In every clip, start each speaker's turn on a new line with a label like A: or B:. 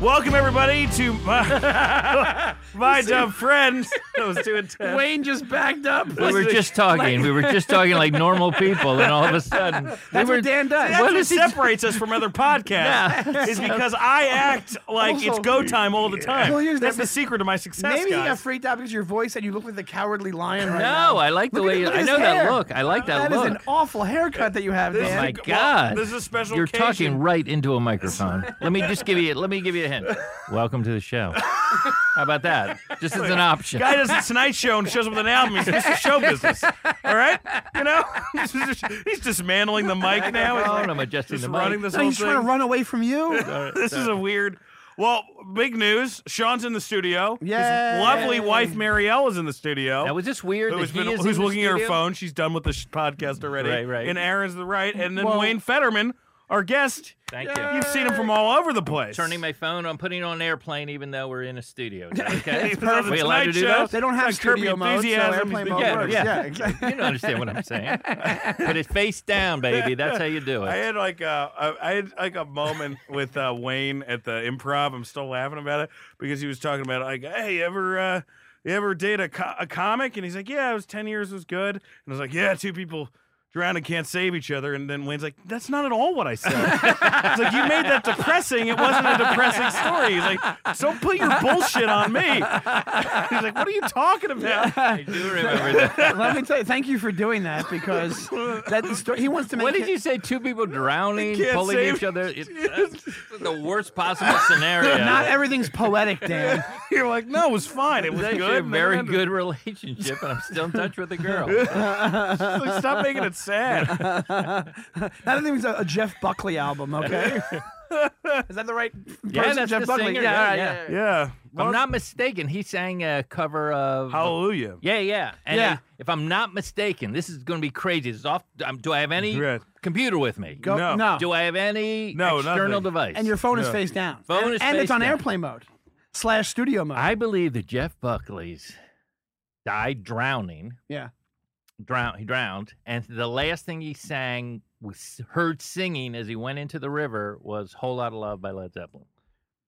A: Welcome everybody to my, my dumb friend. That was too intense.
B: Wayne just backed up.
C: We were just talking. we were just talking like normal people, and all of a sudden,
B: That's
C: we were,
B: what Dan does.
A: That's what,
C: What is he-
A: separates us from other podcasts
C: Yeah.
A: is because I act like it's
B: Also-
A: go time all the time.
B: Well, here's the
A: That's the
B: thing.
A: secret to my success,
B: Maybe you got
A: guys.
B: freaked out because of your voice and you look like the cowardly lion right now.
C: no, I like the
B: Look at-
C: way. you,
B: look at
C: I
B: his
C: know that
B: hair.
C: look. I like that,
B: That is
C: look.
B: an awful haircut that you have,
A: This is
B: Dan.
C: my
A: a- well,
C: God.
A: this is a special
C: You're
A: occasion.
C: talking right into a microphone. let me just give you. Let me give you a hint. Welcome to the show. How about that? Just as an option.
A: Guy does the Tonight Show and shows up with an album. He's Mr. Show Business. All right, you know, he's dismantling the mic now. He's
C: Oh,
A: like,
C: I'm adjusting
A: just
C: the
A: running
C: mic.
A: this
B: No,
A: whole
B: he's
A: thing.
B: trying to run away from you.
A: this is a weird. Well, big news. Sean's in the studio. His
B: Yay.
A: lovely wife Marielle is in the studio.
C: Now, was this weird?
A: who's
C: that he
A: been-
C: is in
A: who's
C: the
A: looking at her
C: studio?
A: phone? She's done with the sh- podcast already.
C: Right, right.
A: And Aaron's the right, and then
B: Well-
A: Wayne Fetterman, our guest.
C: Thank you.
A: You've seen him from all over the place.
C: Turning my phone on, putting it on airplane, even though we're in a studio. Is that
A: He
C: okay.
A: was on the
C: We allowed
A: Tonight
C: to do
A: Show.
C: that?
B: They don't have
A: Like Curb Your
B: studio mode, so
A: Enthusiasm,
B: airplane
A: he's
B: mode
A: been-
C: Yeah,
B: works.
C: yeah.
B: Yeah, exactly.
C: You don't understand what I'm saying. Put it face down, baby. That's how you do
A: I
C: it.
A: had like a, I- I had like a moment with uh, Wayne at the improv. I'm still laughing about it because he was talking about like, hey, you ever uh, you ever date a, co- a comic? And he's like, yeah, it was ten years, it was good. And I was like, yeah, two people drown and can't save each other. And then Wayne's like, that's not at all what I said. it's like you made that depressing. It wasn't a depressing story. He's like, don't put your bullshit on me. he's like, what are you talking about?
C: I do remember that.
B: Let me tell you, thank you for doing that because that story, he wants to make
C: What did
B: it-
C: you say? Two people drowning,
A: Can't
C: pulling
A: save-
C: each other. It, that's the worst possible scenario.
B: Not everything's poetic, Dan.
A: You're like, no, it was fine. It was
C: That's
A: good.
C: a very good relationship, and I'm still in touch with the girl.
A: Like, Stop making it sad.
B: Not everything's a, a Jeff Buckley album, okay? Is that the right person?
C: yeah, that's
B: Jeff
C: the
B: Buckley.
C: singer.
B: Yeah, all right,
C: yeah.
B: yeah.
A: Yeah.
C: If I'm not mistaken, he sang a cover of.
A: Hallelujah.
C: Yeah, yeah. And
B: Yeah.
C: If, if I'm not mistaken, this is going to be crazy. This is off. Um, do I have any
A: Right.
C: computer with me?
B: Go,
A: No.
B: no.
C: Do I have any
A: No,
C: external
A: nothing.
C: device?
B: And your phone is
A: No.
B: face down.
C: Phone
B: and,
C: is
B: and
C: face
B: it's on
C: down.
B: airplane mode slash studio mode.
C: I believe that Jeff Buckley's died drowning.
B: yeah.
C: Drown. He drowned, and the last thing he sang was heard singing as he went into the river was "Whole Lot of Love" by Led Zeppelin.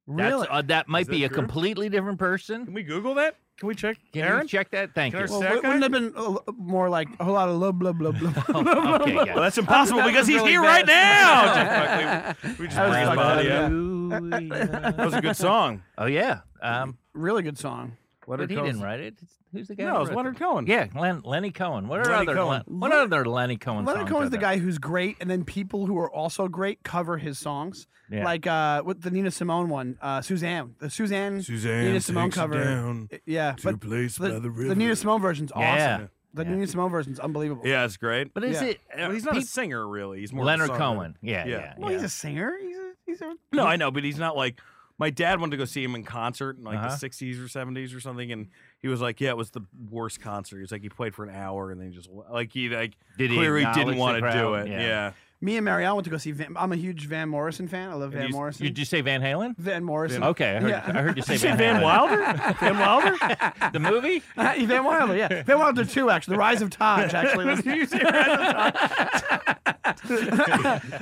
C: That's,
B: Really?
C: uh, that might
A: that
C: be a
A: true?
C: completely different person.
A: Can we Google that? Can we check
C: Can
A: Aaron?
C: you check that? Thank
A: Can
C: you.
A: our
B: well,
A: that
B: wou-
A: guy?
B: wouldn't have been a l- more like a whole lot of blah, blah, blah, blah, blah.
C: Oh, okay,
A: well,
C: yeah.
A: that's impossible
B: That
A: because
B: was
A: he's
B: really
A: here right
B: bad.
A: now. Jeff Buckley. We just
B: That was
A: bring his
B: fucked
A: body
B: up,
A: up. That
C: Hallelujah.
A: was a good song.
C: oh yeah. Um,
B: really good song.
C: but he didn't write it. It's- Who's the guy?
A: No,
C: who
A: it was
C: wrote
A: Leonard Cohen.
C: Yeah, Len, Lenny Cohen. What are
A: Lenny
C: other
A: Cohen.
C: Len, what other Lenny Cohen?
B: Leonard
C: songs
B: Cohen's
C: are
B: the
C: there?
B: guy who's great, and then people who are also great cover his songs.
C: Yeah.
B: Like uh, with the Nina Simone one, uh, Suzanne. The Suzanne,
A: Suzanne
B: Nina
A: takes
B: Simone
A: you
B: cover.
A: down
B: I- yeah.
A: to a
B: But
A: place by
B: the,
A: the
B: the
A: river.
B: Nina Simone version's awesome.
C: Yeah.
B: The
C: Yeah.
B: Nina Simone version's unbelievable.
A: Yeah, it's great.
C: But is
B: Yeah.
C: it?
A: Well,
C: uh,
A: he's not a
C: peop-
A: singer, really. He's more of a
C: Leonard
A: songwriter.
C: Cohen. Yeah,
A: Yeah.
C: yeah.
B: Well, he's a singer. He's a, he's a
A: No, I know, but he's not like. My dad wanted to go see him in concert in like
C: Uh-huh.
A: the 60s or 70s or something, and he was like, "Yeah, it was the worst concert." He's like, he played for an hour and then he just like he like
C: Did he
A: clearly
C: acknowledge
A: didn't
C: the
A: want to do
C: crowd?
A: it.
C: Yeah.
A: Yeah,
B: Me and Marielle went to go see Van. I'm a huge Van Morrison fan. I love
A: And
B: Van
A: you-
B: Morrison.
C: You did you say Van Halen?
B: Van Morrison.
C: Okay, I heard.
B: Yeah.
C: I heard you say
A: Did you say
C: Van,
A: Van
C: Halen.
A: Wilder. Van Wilder.
C: The movie?
B: Van Wilder, yeah. Van Wilder too, actually. The Rise of Taj, actually. was-
A: Did you say Van-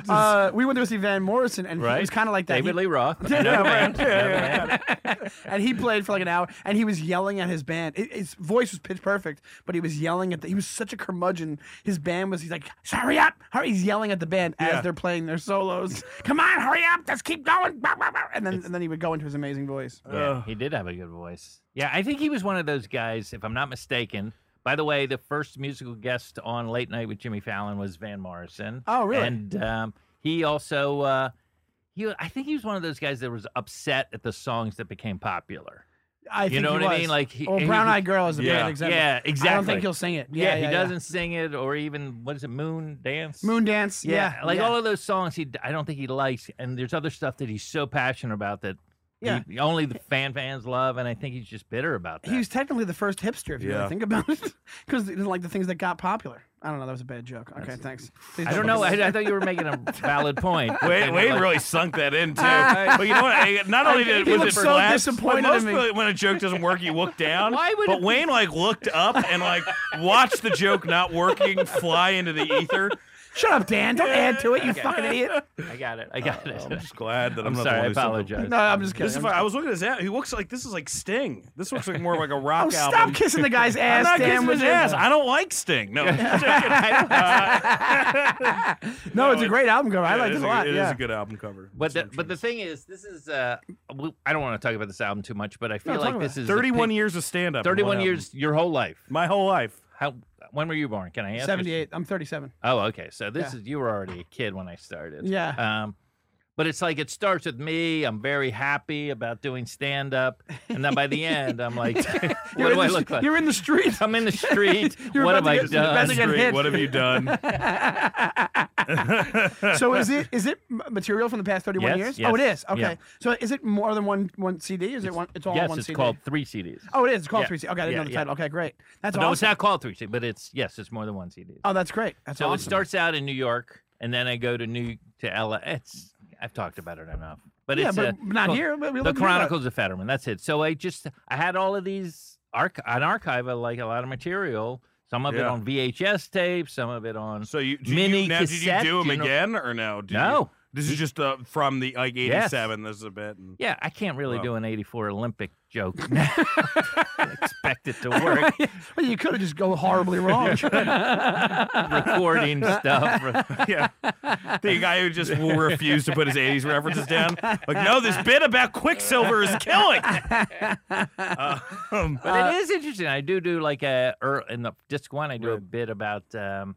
B: uh, we went to go see Van Morrison, and he
C: Right.
B: was kind of like that.
C: David
B: He-
C: Lee Roth.
B: Yeah,
C: Another
B: right.
C: band, another band.
B: and he played for like an hour, and he was yelling at his band. It- his voice was pitch perfect, but he was yelling at the. He was such a curmudgeon. His band was. He's like, "Hurry up!" Hurry! He's yelling at the band
A: Yeah.
B: as they're playing their solos. Come on, hurry up! Let's keep going. Blah, blah, blah. And then, and then he would go into his amazing voice.
C: Yeah,
A: Ugh.
C: he did have a good voice. Yeah, I think he was one of those guys, if I'm not mistaken. By the way, the first musical guest on Late Night with Jimmy Fallon was Van Morrison.
B: Oh, really?
C: And um, he also, uh, he, I think he was one of those guys that was upset at the songs that became popular.
B: I think
C: know
B: he
C: what I
B: was.
C: mean? Like, he-
B: well,
C: he-
B: Brown Eyed Girl is a
A: Yeah.
B: bad example.
C: Yeah,
B: I don't
C: exactly.
B: think he'll sing it.
C: Yeah,
B: Yeah,
C: he
B: yeah,
C: doesn't sing it, or even what is it, Moon Dance?
B: Moon Dance. Yeah,
C: like
B: yeah.
C: all of those songs. He, I don't think he likes, and there's other stuff that he's so passionate about that.
B: Yeah.
C: he- only the fan fans love, and I think he's just bitter about that.
B: He was technically the first hipster, if you
A: Yeah.
B: really think about it, because he didn't like the things that got popular. I don't know. That was a bad joke. Okay, thanks. Please
C: I don't know. I,
B: listen.
C: I thought you were making a valid point.
A: Wade,
C: Like,
A: Wade
C: like,
A: really sunk that in too. but you know what? I- Not only did
B: he
A: was it
B: looked so
A: laugh,
B: disappointed
A: but most
B: in me.
A: people, when a joke doesn't work, you look down.
C: Why would
A: but
C: it be-
A: Wayne like looked up and like watched the joke not working fly into the ether.
B: Shut up, Dan. Don't add to it, you fucking idiot.
C: I got it. I got
A: Oh, I'm
C: it.
A: just glad that I'm,
C: I'm
A: not
C: sorry.
A: the
C: I
A: one who said them.
C: apologize.
B: No, I'm just kidding.
A: This is
B: I'm
A: why-
B: just-
A: I was looking at his ass. He looks like this is like Sting. This looks like more like a rock
B: Oh,
A: album.
B: stop kissing the guy's
A: I'm
B: ass,
A: not
B: Dan.
A: kissing
B: would
A: his
B: you?
A: ass. I don't like Sting. No. Uh,
B: no,
A: No,
B: it's a
A: it-
B: great album cover. I
A: yeah,
B: like
A: it
B: this
A: is
B: a lot.
A: It is
B: yeah.
A: a good album cover.
C: But the,
A: That's
C: but the
A: true.
C: thing is, this is uh, we- I don't want to talk about this album too much, but I feel
B: talk
C: like
B: about
C: this
B: it.
C: is the
A: 31
C: pic-
A: years of stand up.
C: 31 years, your whole life.
A: My whole life.
C: How? When were you born? Can I ask? or-
B: 78. I'm 37.
C: Oh, okay. So this
B: Yeah.
C: is you were already a kid when I started.
B: Yeah.
C: Um, but it's like it starts with me. I'm very happy about doing stand up, and then by the end, I'm like, what
B: You're in
C: do I
B: the-
C: look like?
B: You're in the street.
C: I'm in the street.
B: You're
C: what
B: about
C: have
B: to
C: I
B: get- you're about
C: done?
B: to get
A: Street,
B: hit.
A: what have you done?
B: so is it is it m- material from the past 31
C: Yes,
B: years?
C: yes,
B: Oh, it is. Okay.
C: yeah.
B: So is it more than one one CD? Is it one? It's all
C: yes,
B: one
C: it's
B: CD.
C: called three CDs.
B: Oh, it is. It's called
C: Yeah,
B: three CD. Okay, I didn't
C: yeah,
B: know the
C: yeah.
B: title. Okay, great. That's
C: no,
B: awesome.
C: it's not called three CDs, but it's yes, it's more than one CD.
B: Oh, that's great. That's
C: so
B: awesome.
C: it starts out in New York, and then I go to New to LA. It's I've talked about it enough, but
B: yeah,
C: it's
B: but
C: uh,
B: not
C: well,
B: here. But we
C: the
B: love to hear about it.
C: Chronicles of Fetterman. That's it. So I just I had all of these arch an archive of like a lot of material. Some of it
A: Yeah.
C: on VHS tape, some of it on
A: so you, do
C: Mini
A: you now, did you
C: cassette,
A: do them
C: you know-
A: again or no? Did you-
C: no.
A: this is just uh, from the like
C: Yes.
A: 87. This is a bit. And,
C: Yeah, I can't really
A: Wow.
C: do an '84 Olympic joke. now. expect it to work.
B: well, you could have just go horribly wrong.
C: Recording stuff.
A: yeah. The guy who just will refuse to put his 80s references down. Like, no, this bit about Quicksilver is killing. Um,
C: But it is interesting. I do do like a er, in the disc one. I do a
A: Right.
C: bit about um,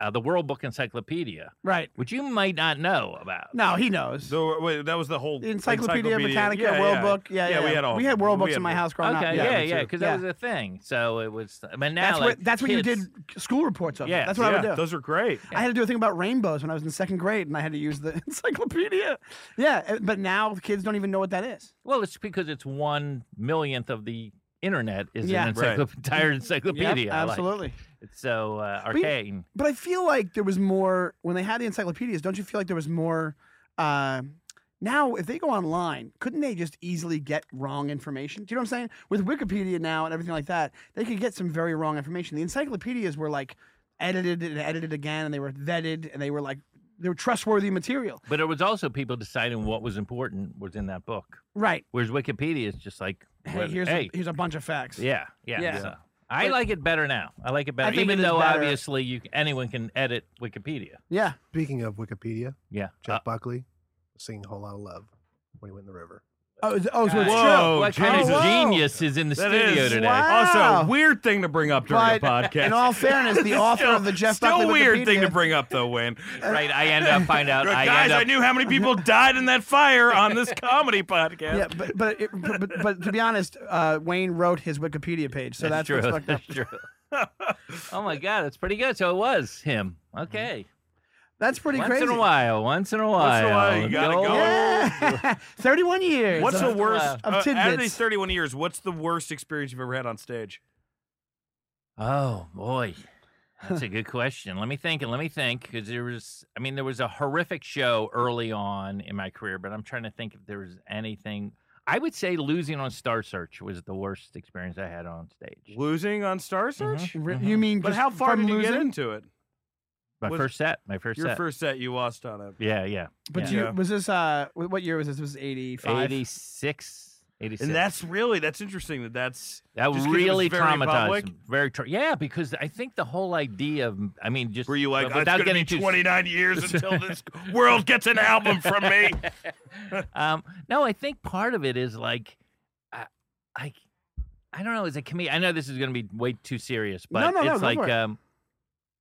C: uh, the World Book Encyclopedia,
B: right.
C: which you might not know about.
B: No, he knows.
A: so wait, that was the whole
B: The Encyclopedia, Britannica,
A: Yeah,
B: World
A: yeah.
B: Book. Yeah,
A: yeah, we had all.
B: We had World Books in my
A: had-
B: house growing
C: Okay,
B: up.
C: yeah,
A: me
C: yeah,
A: too.
C: because
B: Yeah.
C: that was a thing. So it was. I mean, now
B: That's
C: like,
B: what that's what you did
C: kids-
B: school reports of.
C: Yeah,
B: that's what I
A: Yeah,
B: would do.
A: Those are great.
B: I had to do a thing about rainbows when I was in second grade, and I had to use the encyclopedia. Yeah, eh, but now the kids don't even know what that is.
C: Well, it's because it's one millionth of the internet is
B: Yeah.
C: an
A: Right.
C: encyclo- entire encyclopedia.
B: Yep,
C: I like.
B: absolutely.
C: It's so uh,
B: you-
C: arcane.
B: But I feel like there was more when they had the encyclopedias. Don't you feel like there was more? Uh, now, if they go online, couldn't they just easily get wrong information? Do you know what I'm saying? With Wikipedia now and everything like that, they could get some very wrong information. The encyclopedias were like edited and edited again, and they were vetted, and they were like they were trustworthy material.
C: But it was also people deciding what was important was in that book.
B: Right.
C: Whereas Wikipedia is just like,
B: Hey,
C: what-
B: here's
C: hey,
B: A, here's a bunch of facts.
C: yeah, yeah.
B: Yeah.
C: so. I
B: But-
C: like it better now. I like it better,
B: think
C: even
B: it is
C: though
B: better.
C: obviously you anyone can edit Wikipedia.
B: Yeah.
D: Speaking of Wikipedia,
C: Yeah.
D: Jeff
C: Uh,
D: Buckley singing "Whole Lot of Love" when he went in the river.
B: Oh, is- oh, so it's
A: Whoa,
B: true.
C: what kind
B: Jesus.
C: of genius is in the
A: That
C: studio
A: is-
C: today?
B: Wow.
A: Also, weird thing to bring up during a
B: But
A: podcast.
B: in all fairness, the author
A: Still-
B: of the Jeff
A: still
B: Buckley
A: weird thing to
B: Wikipedia-
A: bring up though, Wayne.
C: Right. I end up find out.
A: You're like,
C: I
A: Guys,
C: end up,
A: I knew how many people died in that fire on this comedy podcast.
B: Yeah, but but, it, but but- but to be honest, uh, Wayne wrote his Wikipedia page, so that's,
C: true.
B: what's fucked up.
C: That's true. oh my god, that's pretty good. So it was him. Okay.
B: That's pretty
C: once
B: crazy.
C: in a while. Once in a while.
A: Mm-hmm. Once in a while, you
C: the
A: gotta
C: old-
A: go.
B: Yeah, thirty-one years.
A: What's the
B: of-
A: worst
B: of
A: uh, out of
B: tidbits.
A: these 31 years? What's the worst experience you've ever had on stage?
C: Oh boy, that's a good question. Let me think and let me think because there was. I mean, there was a horrific show early on in my career, but I'm trying to think if there was anything. I would say losing on Star Search was the worst experience I had on stage.
A: Losing on Star Search?
B: Re- You mean?
A: But
B: just
A: how far
B: Mm-hmm. from
A: did you
B: losing?
A: get into it?
C: My
A: was-
C: first set. My first
A: Your
C: set.
A: first set you lost on it.
C: Yeah, yeah.
B: But
A: Yeah.
B: you was this? Uh, wh- what year was this? This was eighty-five.
C: 86. 86.
A: And that's really that's interesting that that's
C: that
A: just 'cause it was
C: really
A: very
C: traumatized
A: public?
C: me. Very tra- yeah, because I think the whole idea of I mean just
A: where you like
C: but
A: "Oh, it's
C: without
A: gonna
C: getting
A: be
C: too
A: 29 years until this world gets an album from me.
C: um, no, I think part of it is like, I, I, I don't know. As a comedian, I know this is going to be way too serious, but
B: No, no, no,
C: it's
B: go
C: like,
B: for it.
C: um,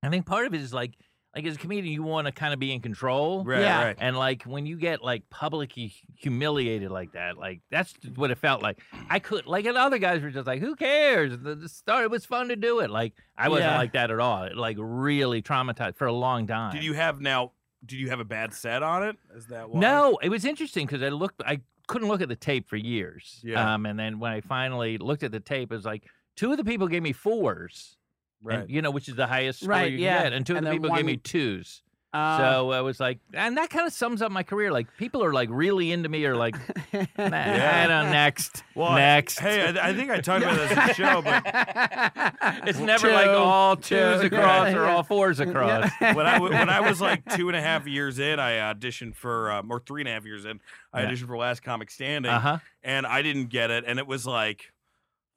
C: I think part of it is like, like as a comedian, you want to kind of be in control,
A: Right,
B: Yeah.
A: right.
C: and like when you get like publicly humiliated like that, like that's what it felt like. I could like, and other guys were just like, "Who cares?" The, the start it was fun to do it. Like I wasn't
B: Yeah.
C: like that at all. It like really traumatized for a long time.
A: Did you have now? Did you have a bad set on it? Is that why?
C: No, it was interesting because I looked, I couldn't look at the tape for years.
A: Yeah.
C: Um, and then when I finally looked at the tape, it was like two of the people gave me fours, and,
A: right?
C: you know, which is the highest score
B: Right,
C: you can
B: yeah.
C: get, and two of
B: And
C: the
B: then
C: people gave me
B: one-
C: twos.
B: Uh,
C: so I was like, and that kind of sums up my career. Like people are like really into me, or like, nah, I don't next,
A: Well,
C: next.
A: Hey, I, I think I talked about this in the show, but
C: it's never like
B: Two,
C: all twos
B: two,
C: across
B: yeah,
C: or
B: yeah.
C: all fours across.
A: when I wa- when I was like two and a half years in, I auditioned for um, or three and a half years in, I
C: Yeah.
A: auditioned for Last Comic Standing,
C: Uh huh.
A: and I didn't get it, and it was like.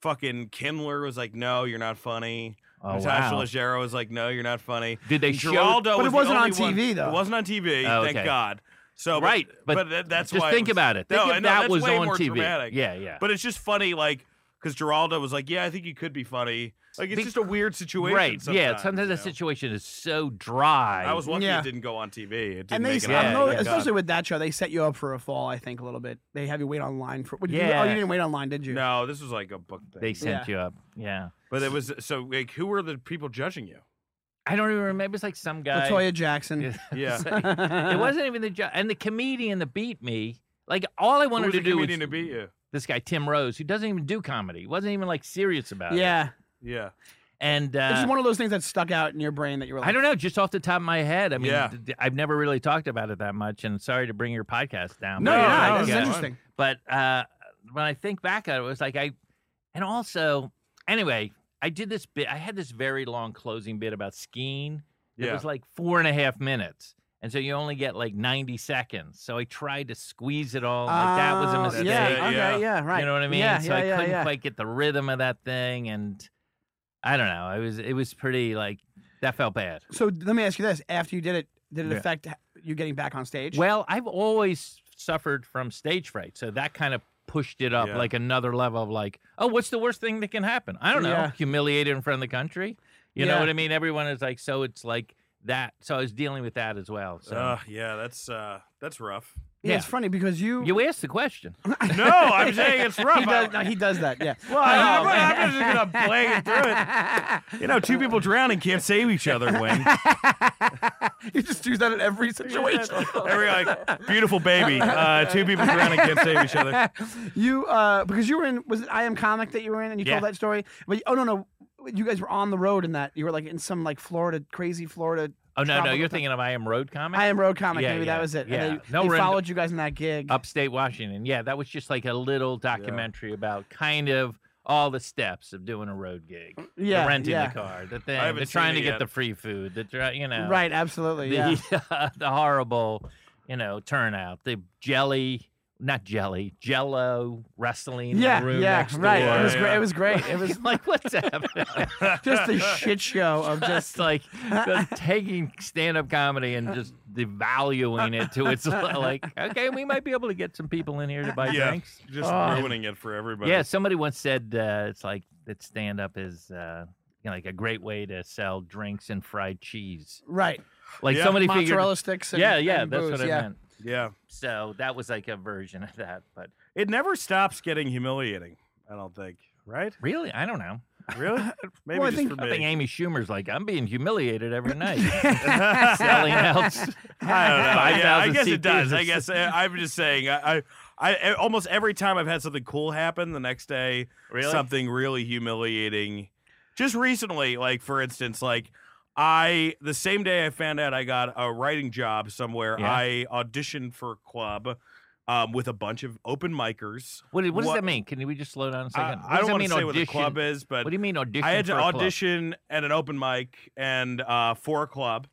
A: Fucking Kindler was like, no, you're not funny.
C: Oh
A: Natasha
C: wow.
A: Leggero was like, no, you're not funny.
C: Did they show?
A: Geraldo
B: But
A: was
B: it
A: the
B: wasn't on
A: only one-
B: TV, though.
A: It wasn't on TV,
C: Oh,
A: thank
C: okay.
A: God. So but-
C: Right,
A: but,
C: but
A: that, that's
C: Just
A: why it
C: think
A: was-
C: about it. Think
A: No, I
C: if
A: know,
C: that
A: that's
C: was
A: way
C: on
A: more
C: TV.
A: dramatic.
C: Yeah, yeah.
A: But it's just funny, like because Geraldo was like, yeah, I think you could be funny. Like it's
C: Be-
A: just a weird situation.
C: right. yeah. Sometimes
A: you
C: the
A: know?
C: situation is so dry.
A: I was lucky
B: Yeah.
A: it didn't go on TV. It didn't
B: and they,
A: make it
B: I
A: on
C: Yeah,
B: don't know,
A: TV, thank God.
B: especially with that show, they set you up for a fall. I think a little bit. They have you wait online for. What, You, oh,
C: Yeah.
B: you didn't wait online, did you?
A: No, this was like a book thing.
C: They sent you up. Yeah.
A: but it was so like, who were the people judging you?
C: I don't even remember. It's like some guy.
B: Latoya Jackson.
A: Yeah. Uh-huh.
C: it wasn't even the job. And the comedian that beat me, like all I
A: Who
C: wanted
A: was
C: to
A: the
C: do was
A: comedian to beat you?
C: this guy Tim Rose, who doesn't even do comedy, wasn't even like serious about it.
B: Yeah,
A: Yeah,
C: And
B: it's
C: uh,
B: just one of those things that stuck out in your brain that you were like,
C: I don't know, just off the top of my head, I mean,
A: Yeah.
C: th- th- I've never really talked about it that much. And sorry to bring your podcast down.
B: No,
A: No,
B: you're
A: no,
B: not. This is
A: yeah.
C: but, uh,
B: interesting.
C: but uh, when I think back at it, it was like I, and also, anyway, I did this bit. I had this very long closing bit about skiing. It
A: yeah.
C: was like four and a half minutes. And so you only get like 90 seconds. So I tried to squeeze it all. Like that was a
B: Oh,
C: mistake.
B: Yeah,
A: That's it,
B: okay,
A: yeah.
B: yeah. right.
C: You know what I mean?
B: Yeah, yeah,
C: so I
B: yeah,
C: couldn't
B: yeah.
C: quite get the rhythm of that thing. And I don't know. It was, it was pretty like, that felt bad.
B: So let me ask you this: After you did it, did it
C: Yeah.
B: affect h- you getting back on stage?
C: Well, I've always suffered from stage fright. So that kind of pushed it up
A: Yeah.
C: like another level of like, oh, what's the worst thing that can happen? I don't know.
B: Yeah.
C: Humiliated in front of the country. You know
B: Yeah.
C: what I mean? Everyone is like, so it's like that. So I was dealing with that as well. So
A: Uh, yeah, that's uh, that's rough.
B: yeah, it's
C: yeah.
B: funny because you.
C: you asked the question.
A: No, I'm saying it's rough.
B: he does. No, he does that. Yeah.
A: Well, I'm, not- I'm just gonna blanket through it. You know, two people drowning can't save each other. Wing.
B: you just do that in every situation.
A: Every like beautiful baby. Uh, two people drowning can't save each other.
B: you uh, because you were in was it I am comic that you were in and you told
C: Yeah.
B: that story. But oh no no, you guys were on the road in that. You were like in some like Florida crazy Florida.
C: Oh no, no,
B: tropical
C: you're
B: thing.
C: thinking of I Am Road comic,
B: I am road comic.
C: Yeah,
B: Maybe
C: yeah,
B: that was it.
C: yeah.
B: And they,
C: No,
B: they
C: we're in the-
B: followed you guys in that gig.
C: upstate Washington. Yeah, that was just like a little documentary about kind of all the steps of doing a road gig.
B: Mm, Yeah,
C: the renting
B: yeah.
C: the car, the thing,
A: haven't
C: the
A: seen
C: trying to
A: it
C: get
A: yet.
C: the free food, the try, you know,
B: Right.
C: the
B: Absolutely. Yeah.
C: the horrible, you know, turnout, the jelly. Not jelly, Jello wrestling in the
B: Yeah,
C: room
B: yeah,
C: next door.
B: right. It was
A: Yeah,
B: great.
A: yeah.
B: It was great. It was
C: like what's happening?
B: just a shit show of just
C: just like the taking stand-up comedy and just devaluing it to its like okay we might be able to get some people in here to buy
A: Yeah.
C: drinks
A: Just
C: Oh.
A: ruining it for everybody.
C: yeah somebody once said uh, it's like that stand-up is uh, you know, like a great way to sell drinks and fried cheese
B: right
C: like
A: Yeah.
C: somebody
B: mozzarella
C: figured
B: sticks. And,
C: yeah yeah
B: and
C: that's
B: booze,
C: what i
B: yeah.
C: meant
A: Yeah.
C: so that was like a version of that but
A: It never stops getting humiliating. I don't think. Right?
C: really i don't know
A: Really? Maybe
B: Well, I
A: just
B: think-
A: for
C: i
A: me.
C: think amy schumer's like i'm being humiliated every night selling out
A: I don't know. Yeah, I
C: 5,000
A: guess it does. I
C: CPs.
A: guess uh, I'm just saying. I, I, I eh, almost every time I've had something cool happen, the next day
C: really
A: something really humiliating. Just recently, like for instance, like I the same day I found out I got a writing job somewhere,
C: Yeah.
A: I auditioned for a club um, with a bunch of open micers.
C: What, what does
A: What-
C: that mean? Can we just slow down a
A: I,
C: second?
A: I
C: what does
A: don't
C: that
A: want
C: mean
A: to say what the
C: audition?
A: club is, but
C: What do you mean audition?
A: I had to
C: for a club?
A: audition at an open mic and uh, for a club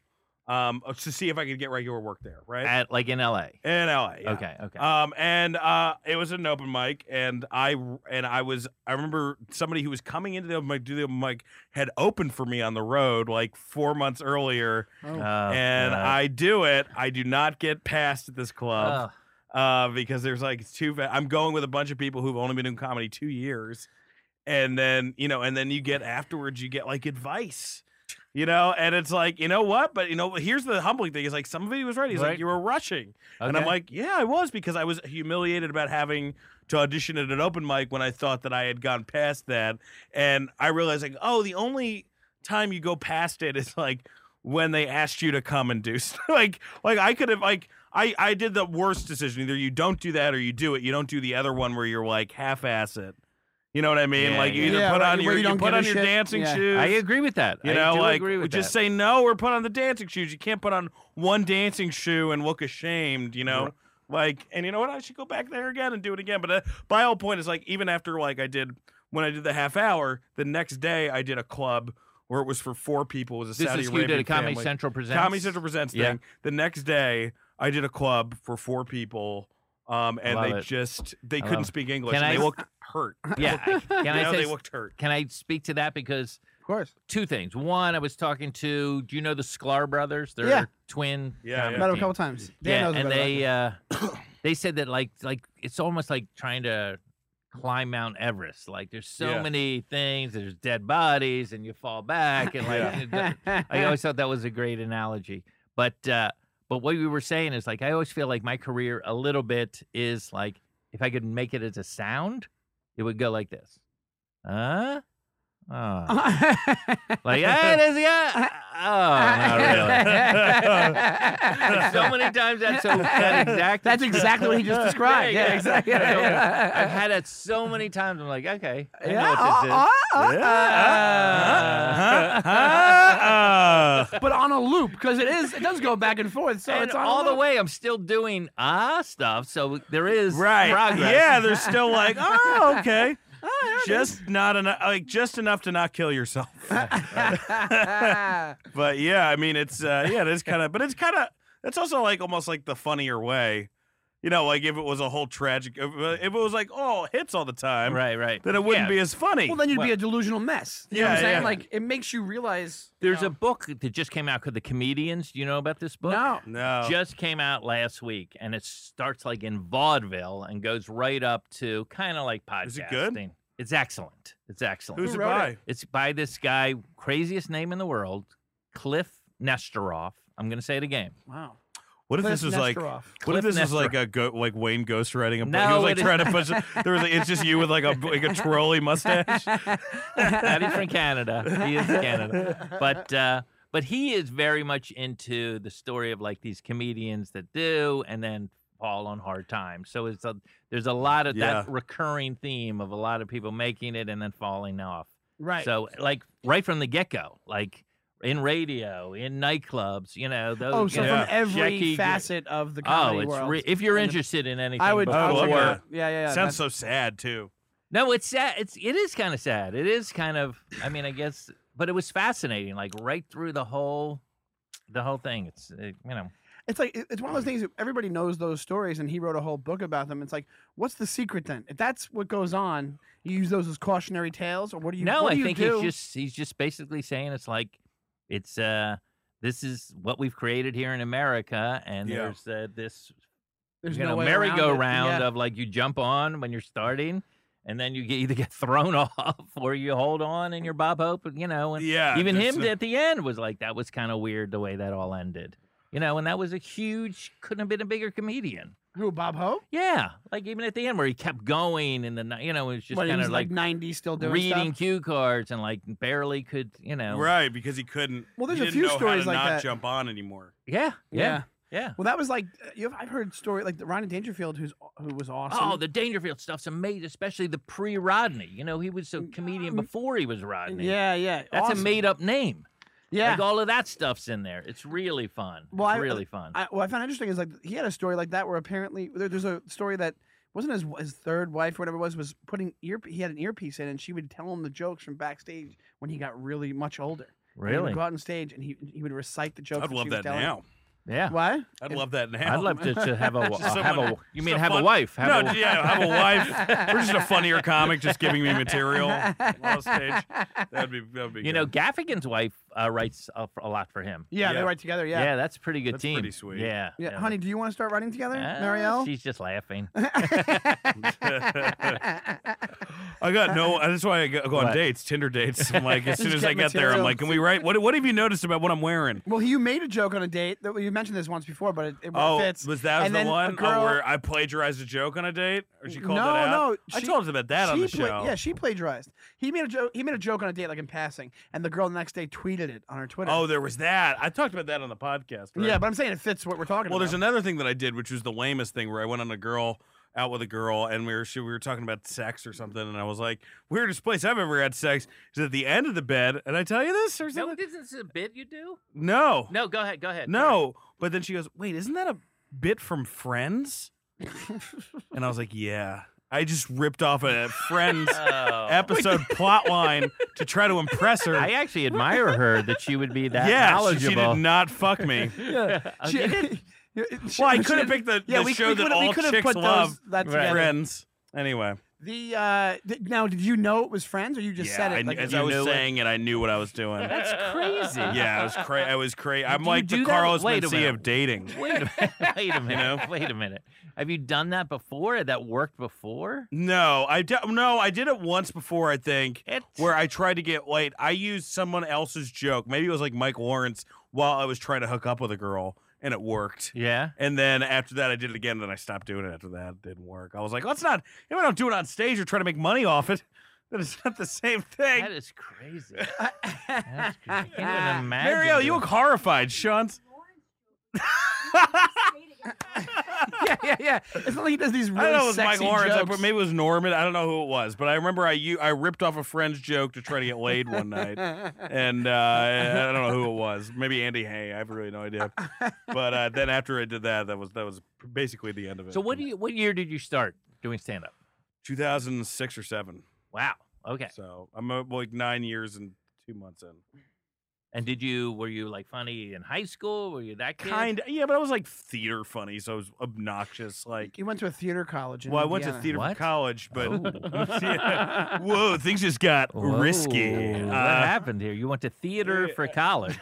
A: um, to see if I could get regular work there, right?
C: at like in LA.
A: in LA. yeah.
C: Okay, okay.
A: Um, and uh, it was an open mic, and I and I was I remember somebody who was coming into the open mic, do the open mic, had opened for me on the road like four months earlier,
B: Oh.
C: Oh,
A: and
C: God.
A: I do it. I do not get passed at this club
C: Oh,
A: uh, because there's like it's too. fa- I'm going with a bunch of people who've only been in comedy two years, and then you know, and then you get afterwards, you get like advice. You know, and it's like, you know what? But you know, here's the humbling thing. Is like somebody was right. He's like,
C: Right.
A: you were rushing. And I'm
C: okay.
A: like, yeah, I was because I was humiliated about having to audition at an open mic when I thought that I had gone past that. And I realized, like, oh, the only time you go past it is like when they asked you to come and do stuff. like, like I could have, like, I, I did the worst decision. Either you don't do that or you do it. You don't do the other one where you're like half ass it. You know what I mean?
C: Yeah,
A: like you
C: yeah.
A: either
B: Yeah,
A: put
B: where
A: on
B: you-
A: your
B: where you
A: you
B: don't
A: put
B: give a
A: on your
B: shit.
A: dancing
B: Yeah.
A: shoes.
C: I agree with that.
A: You
C: I
A: know,
C: do
A: like
C: agree with
A: just
C: that.
A: say no or put on the dancing shoes. You can't put on one dancing shoe and look ashamed. You know,
D: Right.
A: like and you know what? I should go back there again and do it again. But uh, my whole point is like even after like I did when I did the half hour, the next day I did a club where it was for four people. It was a
C: this
A: Saudi
C: is you
A: Arabian
C: did a Comedy
A: family.
C: Central presents.
A: Comedy Central Presents
C: Yeah.
A: thing. The next day, I did a club for four people, um, and
C: Love
A: they
C: it.
A: just they
C: I love
A: couldn't
C: it.
A: speak English.
C: Can
A: and
C: I-
A: they looked hurt.
C: Yeah. Can
A: you
C: I
A: know,
C: say
A: they
C: s-
A: looked hurt.
C: Can I speak to that because
B: Of course.
C: two things. One, I was talking to. Do you know the Sklar brothers? They're
B: Yeah.
C: twin.
A: Yeah,
C: comedy
A: yeah.
B: Met him a
C: team.
B: couple times. Dan
C: Yeah,
B: knows him
C: and
B: better than I
C: they
B: do.
C: uh, they said that like like it's almost like trying to climb Mount Everest. Like there's so
A: Yeah.
C: many things. There's dead bodies, and you fall back, and like
A: Yeah.
C: it do- I always thought that was a great analogy. But uh, but what we were saying is like I always feel like my career a little bit is like if I could make it as a sound, it would go like this. Huh? Oh. Like ah, it is yeah. Oh, not really.
A: really.
C: Oh, so many times that's so that exact.
B: That's exactly what he just described.
C: Yeah,
B: Yeah,
C: yeah.
B: exactly.
C: So, I've had it so many times. I'm like, okay, I know what this is.
B: Yeah, uh, uh,
A: Yeah.
C: Ah.
A: Ah.
B: uh, but on a loop because it is. It does go back and forth. So
C: and
B: it's on a
C: all the
B: loop.
C: way, I'm still doing ah stuff. So there is
A: right.
C: progress.
A: Yeah, they're still like, oh, okay,
B: Oh, yeah,
A: just not enough, like just enough to not kill yourself.
B: yeah.
A: But yeah, I mean, it's uh, yeah, it's kind of, but it's kind of, it's also like almost like the funnier way. You know, like if it was a whole tragic, if if it was like, oh, hits all the time,
C: Right, right.
A: then it wouldn't
C: Yeah.
A: be as funny.
B: well, then you'd
C: Well-
B: be a delusional mess. You know what
A: Yeah,
B: I'm saying?
A: yeah.
B: Like it makes you realize. you
C: There's a
B: know,
C: book that just came out called The Comedians. Do you know about this book?
B: no.
A: no.
C: Just came out last week, and it starts like in vaudeville and goes right up to kind of like podcasting.
A: Is it good?
C: It's excellent. It's excellent.
A: Who's
B: Who
A: it
B: wrote
A: by?
B: it?
C: It's by this guy, craziest name in the world, Cliff Nestoroff. I'm gonna say it again.
B: Wow.
A: What if
B: Cliff
A: this was like?
B: Nesteroff.
A: What if
C: Cliff
A: this was like
C: Nesteroff.
A: a go, like Wayne Ghost writing a book? he
C: No,
A: was like
C: it is-
A: trying to push. It. There was like, it's just you with like a like a trolley mustache.
C: That is from Canada. He is Canada, but uh, but he is very much into the story of like these comedians that do and then fall on hard times. So it's a, there's a lot of
A: Yeah.
C: that recurring theme of a lot of people making it and then falling off.
B: Right.
C: So like right from the get go, like in radio, in nightclubs, you know. Those,
B: oh,
C: you
B: so
C: know,
A: Yeah.
B: from every
C: Jackie-
B: facet of the
C: Oh,
B: comedy
C: it's
B: world.
C: re- Oh, if you're
B: and the-
C: interested in anything,
B: I would.
A: I
B: I
A: would
B: would
A: love
B: yeah.
A: that.
B: yeah, yeah, yeah.
A: Sounds so sad too.
C: No, it's sad. It's it is kind of sad. It is kind of. I mean, I guess, but it was fascinating. Like right through the whole, the whole thing. It's uh, you know.
B: it's like it- it's one of those things that everybody knows those stories and he wrote a whole book about them it's like what's the secret then if that's what goes on you use those as cautionary tales or what do you
C: no,
B: what
C: I
B: do you
C: think
B: do?
C: he's just he's just basically saying it's like, it's uh, this is what we've created here in America, and
A: Yeah.
C: there's uh, this
B: there's
C: you know
B: no way around it.
C: merry-go-round uh,
B: Yeah.
C: of like you jump on when you're starting, and then you get, either get thrown off or you hold on and you're Bob Hope, you know, and
A: Yeah,
C: even
A: there's
C: him
B: uh,
A: no-
C: at the end was like that was kind of weird the way that all ended you know and that was a huge couldn't have been a bigger comedian
B: who Bob Hope
C: yeah like even at the end where he kept going and then you know it was just
B: What, he
C: kind
B: was
C: of like,
B: 90 still doing
C: reading
B: stuff?
C: cue cards and like barely could you know
A: Right, because he couldn't.
B: Well, there's
A: he
B: a
A: didn't
B: few
A: know how
B: stories
A: to
B: like
A: not
B: that.
A: Jump on anymore.
C: yeah yeah yeah,
B: well that was like uh, you know, I've heard story like the Ronnie Dangerfield who's who was awesome
C: Oh, the Dangerfield stuff's amazing, especially the pre-Rodney. You know, he was a comedian
B: Um,
C: before he was Rodney.
B: yeah yeah
C: that's
B: awesome.
C: a made-up name.
B: yeah
C: Like all of that stuff's in there. It's really fun.
B: Well,
C: it's
B: I- uh,
C: really fun.
B: I, what I found interesting is like he had a story like that where apparently there, there's a story that wasn't his his third wife or whatever it was was putting ear he had an earpiece in and she would tell him the jokes from backstage when he got really much older. And he would
C: really?
B: go out on stage and he he would recite the jokes.
A: I'd
B: she
A: love
B: was
A: that
B: telling
A: now.
C: Yeah.
B: Him. What?
A: I'd
B: If-
A: love that now.
C: I'd love to, to have a
A: Just
C: uh, have
A: someone-
C: a you mean
A: a
C: have a
A: fun-
C: wife? Have
A: no,
C: a,
A: yeah, have a wife. We're just a funnier comic, just giving me material on stage. That'd be that'd be.
C: You know,
A: good.
C: Gaffigan's wife uh, writes a, a lot for him.
B: Yeah,
A: Yeah.
B: they write together.
C: Yeah,
B: Yeah.
C: that's a pretty good
A: That's
C: team.
A: pretty sweet.
C: Yeah. Ah,
B: Yeah, honey, do you want to start writing together, Marielle?
C: She's just laughing.
A: I got no. That's why I go, I go on
C: What?
A: dates, Tinder dates. I'm like, as soon
B: Just
A: as I get
B: get
A: there, I'm
B: material.
A: like, can we write? What What have you noticed about what I'm wearing?
B: well, you made a joke on a date. That you mentioned this once before, but it, it
A: Oh,
B: fits.
A: was that
B: And
A: the
B: then a
A: one
B: girl-
A: oh, where I plagiarized a joke on a date, or she called
B: no,
A: that out?
B: no,
A: I
B: she-
A: told us about that on
B: she
A: the
B: pla-
A: show.
B: yeah, she plagiarized. He made a joke. He made a joke on a date, like in passing, and the girl the next day tweeted it on her Twitter.
A: oh, there was that. I talked about that on the podcast. Right?
B: yeah, but I'm saying it fits what we're talking
A: well,
B: about.
A: there's another thing that I did, which was the lamest thing, where I went on a girl out with a girl, and we were she, we were talking about sex or something, and I was like, weirdest place I've ever had sex is at the end of the bed. And I tell you this or
C: No,
A: something?
C: this is a bit you do.
A: No,
C: No, go ahead. Go ahead.
A: no. But then she goes, wait, isn't that a bit from Friends? and I was like, yeah. I just ripped off a Friends
C: sorry. Oh.
A: episode plot line to try to impress her.
C: I actually admire her that she would be that
A: yeah, she- she,
C: knowledgeable.
A: did not fuck me.
B: Yeah.
C: Oh,
B: She-
C: you did?
B: Yeah, it- she-
A: Well, I
B: she-
A: could have picked the,
B: Yeah,
A: the
B: we,
A: show
B: we
A: that
B: could have- we
A: all
B: could have
A: chicks
B: put those-
A: love,
B: that
C: Right.
B: together.
A: Friends. Anyway,
B: The uh, th- now, did you know it was friends, or you just
A: yeah,
B: said it?
A: I-
B: like,
A: as
B: you
A: I was
B: knew it?
A: saying it, I knew what I was doing.
C: That's crazy.
A: yeah, I was crazy. I was crazy. I'm
C: you
A: like
C: do
A: the
C: that?
A: Carlos
C: Wait a
A: Mencia
C: minute.
A: of dating.
C: Wait a minute. Wait a minute.
A: know?
C: Wait a minute. Have you done that before? That worked before?
A: No, I de- no, I did it once before. I think
C: It.
A: where I tried to get late. I used someone else's joke. Maybe it was like Mike Lawrence while I was trying to hook up with a girl, and it worked.
C: Yeah.
A: And then after that, I did it again. And then I stopped doing it after that. It didn't work. I was like, let's not, if I don't do it on stage or try to make money off it, then it's not the same thing.
C: That is crazy. That's crazy. I can't even imagine.
A: Mario, you
C: doing-
A: look horrified, Sean.
B: yeah, yeah, yeah. It's not like he does these
A: I
B: really
A: don't know if it was
B: sexy
A: Mike Lawrence. I
B: jokes.
A: put, maybe it was Norman. I don't know who it was, but I remember I u- I ripped off a friend's joke to try to get laid one night, and uh, I I don't know who it was. Maybe Andy Hay. I have really no idea. But uh, then after I did that, that was that was basically the end of it.
C: So what do you? What year did you start doing stand up?
A: 2006 or seven.
C: Wow. Okay.
A: So I'm uh, like nine years and two months in.
C: And did you? Were you like funny in high school? Were you that kid?
A: Kind, yeah, but I was like theater funny, so I was obnoxious. Like,
B: you went to a theater college. In
A: well, I went to
B: Indiana.
A: theater for
C: What?
A: college, but
C: Oh.
A: Yeah. whoa, things just got risky.
C: Whoa, what
A: Uh,
C: happened here? You went to theater
A: yeah.
C: for college.